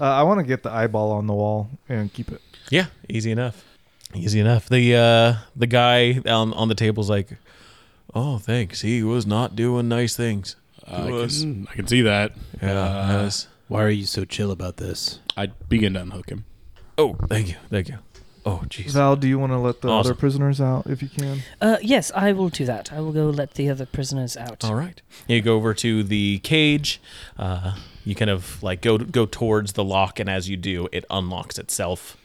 C: Uh, I want to get the eyeball on the wall and keep it.
A: yeah easy enough easy enough the uh the guy on, on the table's like oh thanks he was not doing nice things
D: Uh, I
A: to us."
D: can, I can see that.
A: yeah
D: Uh,
A: yes.
G: Why are you so chill about this?
D: I begin to unhook him.
A: oh thank you thank you oh jeez
C: Val, do you want to let the
A: Awesome.
C: other prisoners out if you can?
B: Uh, yes, I will do that. I will go let the other prisoners out.
A: All right. You go over to the cage. Uh, you kind of like go go towards the lock, and as you do, it unlocks itself.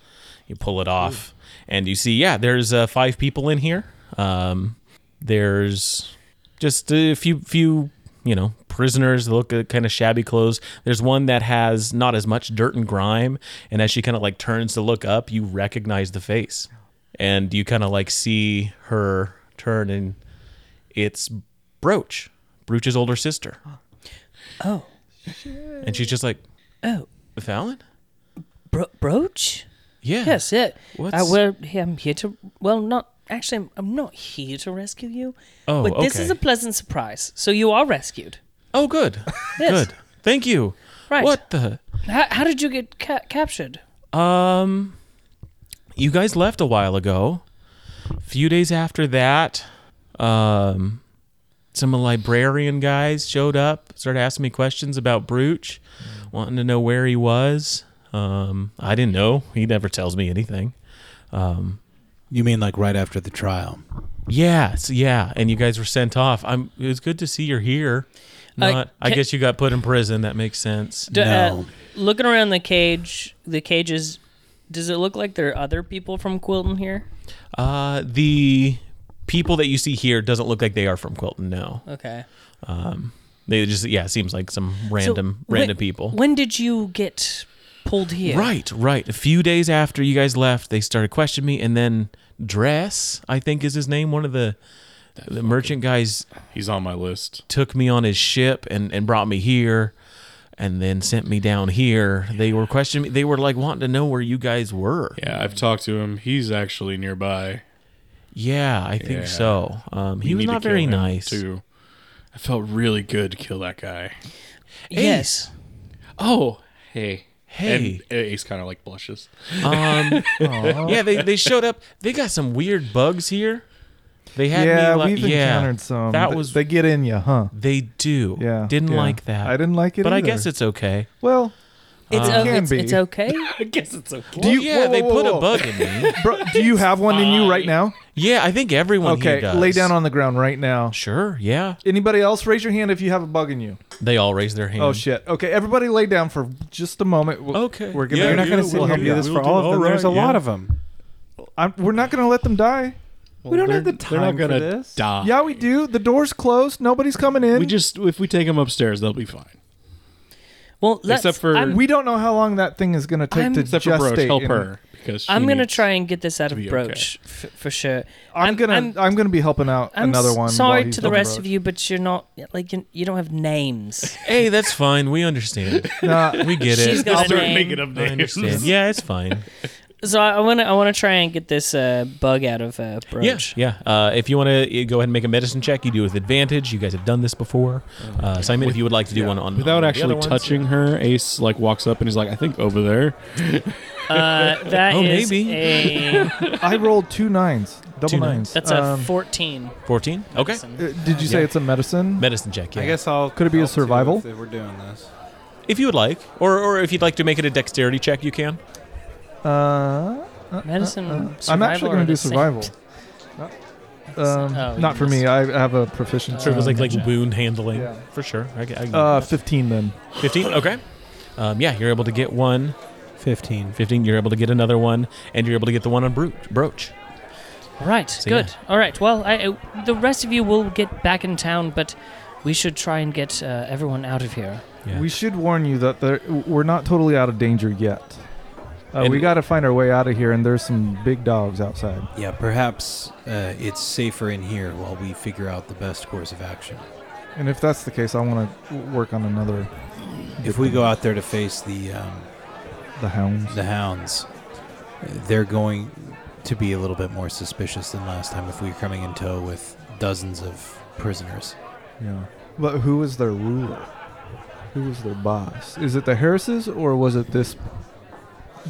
A: You pull it off, and you see, yeah, there's uh, five people in here. Um, there's just a few few you know prisoners that look kind of shabby clothes. There's one that has not as much dirt and grime, and as she kind of like turns to look up, you recognize the face, and you kind of like see her turn and it's Brooch, Brooch's older sister.
B: Oh.
A: And she's just like,
B: Oh.
A: Fallon?
B: bro- brooch?
A: Yeah.
B: Yes, yeah. I
A: What's-
B: will. I'm here to. Well, not actually. I'm, I'm not here to rescue you.
A: Oh,
B: but this
A: okay.
B: is a pleasant surprise. So you are rescued.
A: Oh, good.
B: Yes.
A: Good. Thank you.
B: Right.
A: What the?
B: How, how did you get ca- captured?
A: Um, you guys left a while ago. A few days after that, um, some librarian guys showed up, started asking me questions about Brooch, wanting to know where he was. Um, I didn't know. He never tells me anything. Um,
E: You mean like right after the trial?
A: yes, yeah. And you guys were sent off. I'm. It was good to see you're here.
B: Uh,
A: Not. I
B: ca-
A: guess you got put in prison. That makes sense.
B: D-
E: No.
B: uh, looking around the cage, the cages. Does it look like there are other people from Quilton here?
A: Uh, the people that you see here doesn't look like they are from Quilton. No.
B: Okay.
A: Um, they just yeah, it seems like some
B: So
A: random
B: when-
A: random people.
B: When did you get pulled here?
A: Right, right. A few days after you guys left, they started questioning me, and then Dress, I think is his name, one of the the merchant guys
D: He's on my list.
A: took me on his ship and, and brought me here and then sent me down here. They were questioning me. They were like wanting to know where you guys were.
D: Yeah, I've talked to him. He's actually nearby.
A: Yeah, I think
D: Yeah.
A: so. Um, he
D: We
A: was
D: need to
A: not
D: kill
A: very
D: him,
A: nice.
D: Too. I felt really good to kill that guy.
B: Yes.
D: Oh, hey.
A: Hey.
D: And Ace kind of like blushes.
A: Um, yeah, they, they showed up. They got some weird bugs here. They had
C: yeah,
A: me like,
C: we've
A: yeah,
C: encountered some.
A: That
C: They-
A: was
C: they get in you, huh?
A: they do.
C: Yeah,
A: didn't
C: yeah.
A: like that.
C: I didn't like it
A: but I
C: either.
A: guess it's okay.
C: well.
B: It's,
C: It
B: o-
C: can
B: it's,
C: be.
B: it's okay.
I: I guess it's okay.
C: Do you?
A: yeah,
C: whoa, whoa,
A: they
C: whoa,
A: put
C: whoa.
A: a bug in me.
C: Bro, do you have one in you right now?
A: yeah, I think everyone here
C: Okay,
A: does.
C: lay down on the ground right now.
A: Sure. Yeah,
C: Anybody else? Raise your hand if you have a bug in you.
A: they all raise their hand.
C: Oh shit. Okay, everybody, lay down for just a moment. We'll-
A: Okay.
C: we're gonna.
A: Yeah,
E: You're not going to
A: yeah,
E: sit
A: we'll
E: here
A: do
E: and do
A: that.
E: this
A: We'll
E: for
A: do-
E: all of them.
A: all
E: There's a
A: right,
E: lot
A: yeah.
E: of them.
C: I'm, we're not going to let them die.
D: we
E: don't have the time for
D: They're not gonna
E: this.
D: die.
C: Yeah, we do. The door's closed. Nobody's coming in.
D: We just if we take them upstairs, they'll be fine.
B: Well, let's,
D: Except for-
B: I'm,
C: We don't know how long that thing is going to take
B: I'm-
C: to
D: Except for Brooch,
C: gestate
D: help
C: in-
D: her because she
B: I'm gonna
D: needs-
B: try and get this out of
D: be okay.
B: brooch f- for sure.
C: I'm,
B: I'm-
C: gonna.
B: I'm-
C: I'm, gonna be helping out
B: I'm
C: another
B: s-
C: one. while
B: Sorry
C: he's
B: to the
C: doing
B: rest
C: Brooch.
B: of you, but you're not like you, you don't have names.
A: Hey, that's fine. We understand.
C: Nah,
A: We get
B: She's
A: it.
B: got a
I: Start
B: name.
I: making up
A: I
I: names.
A: understand. Yeah, it's fine.
B: So I want to I want to try and get this uh, bug out of uh, brooch.
A: Yeah, yeah. Uh, if you want to go ahead and make a medicine check, you do with advantage. You guys have done this before. Uh, Simon, if you would like to do one on on
D: Without
A: the
D: actually
A: other ones.
D: touching her, Ace like walks up and he's like, "I think over there."
B: Uh, that
A: Oh,
B: is
A: maybe.
B: a
C: I rolled two nines, double
A: Two
C: nines.
A: nines.
B: that's a
C: Um,
B: 14.
A: 14? Okay.
C: uh, did you say
A: Yeah.
C: it's a medicine? Uh,
A: Medicine check, yeah.
E: I guess I'll.
C: Could it be a
E: help too
C: survival?
E: if We're doing this.
A: If you would like, or, or if you'd like to make it a dexterity check, you can.
C: uh,
B: Medicine.
C: I'm
B: Hmm, survival
C: actually
B: are
C: going to do
B: the same.
C: survival. Uh, Um,
B: Oh,
C: not
B: you
C: for me.
B: missed.
C: I have a proficiency.
A: Sort of like,
C: on-
A: like wound handling.
C: Uh, Yeah.
A: For sure. I, g- I can-
C: uh, 15 then.
A: 15? Okay. Um, yeah, you're able to get one.
E: 15.
A: 15, you're able to get another one. And you're able to get the one on brooch. brooch.
B: Right. good.
A: yeah.
B: All right. Well, I, uh, the rest of you will get back in town, but we should try and get uh, everyone out of here.
A: Yeah.
C: We should warn you that there, we're not totally out of danger yet. Uh,
A: And-
C: we got to find our way out of here, and there's some big dogs outside.
E: Yeah, perhaps uh, it's safer in here while we figure out the best course of action.
C: And if that's the case, I want to work on another.
E: If we go out there to face the um,
C: the hounds.
E: the hounds, they're going to be a little bit more suspicious than last time if we were coming in tow with dozens of prisoners.
C: Yeah. But who was their ruler? Who was their boss? Is it the Harrises or was it this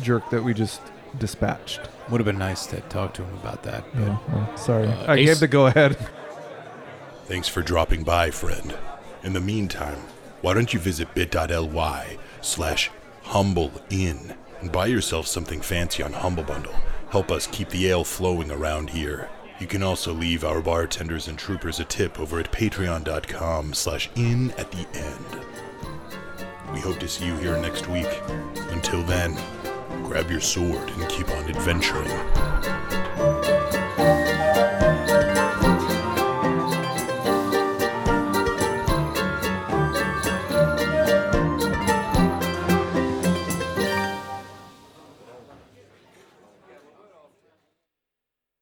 C: jerk that we just dispatched?
E: Would have been nice to talk to him about that. But
C: Yeah. well, sorry,
D: Uh,
C: I
D: Ace-
C: gave the go ahead.
J: Thanks for dropping by, friend. In the meantime, why don't you visit bit.ly slash humble inn and buy yourself something fancy on Humble Bundle. Help us keep the ale flowing around here. You can also leave our bartenders and troopers a tip over at patreon.com slash in at the end. We hope to see you here next week. Until then, grab your sword and keep on adventuring.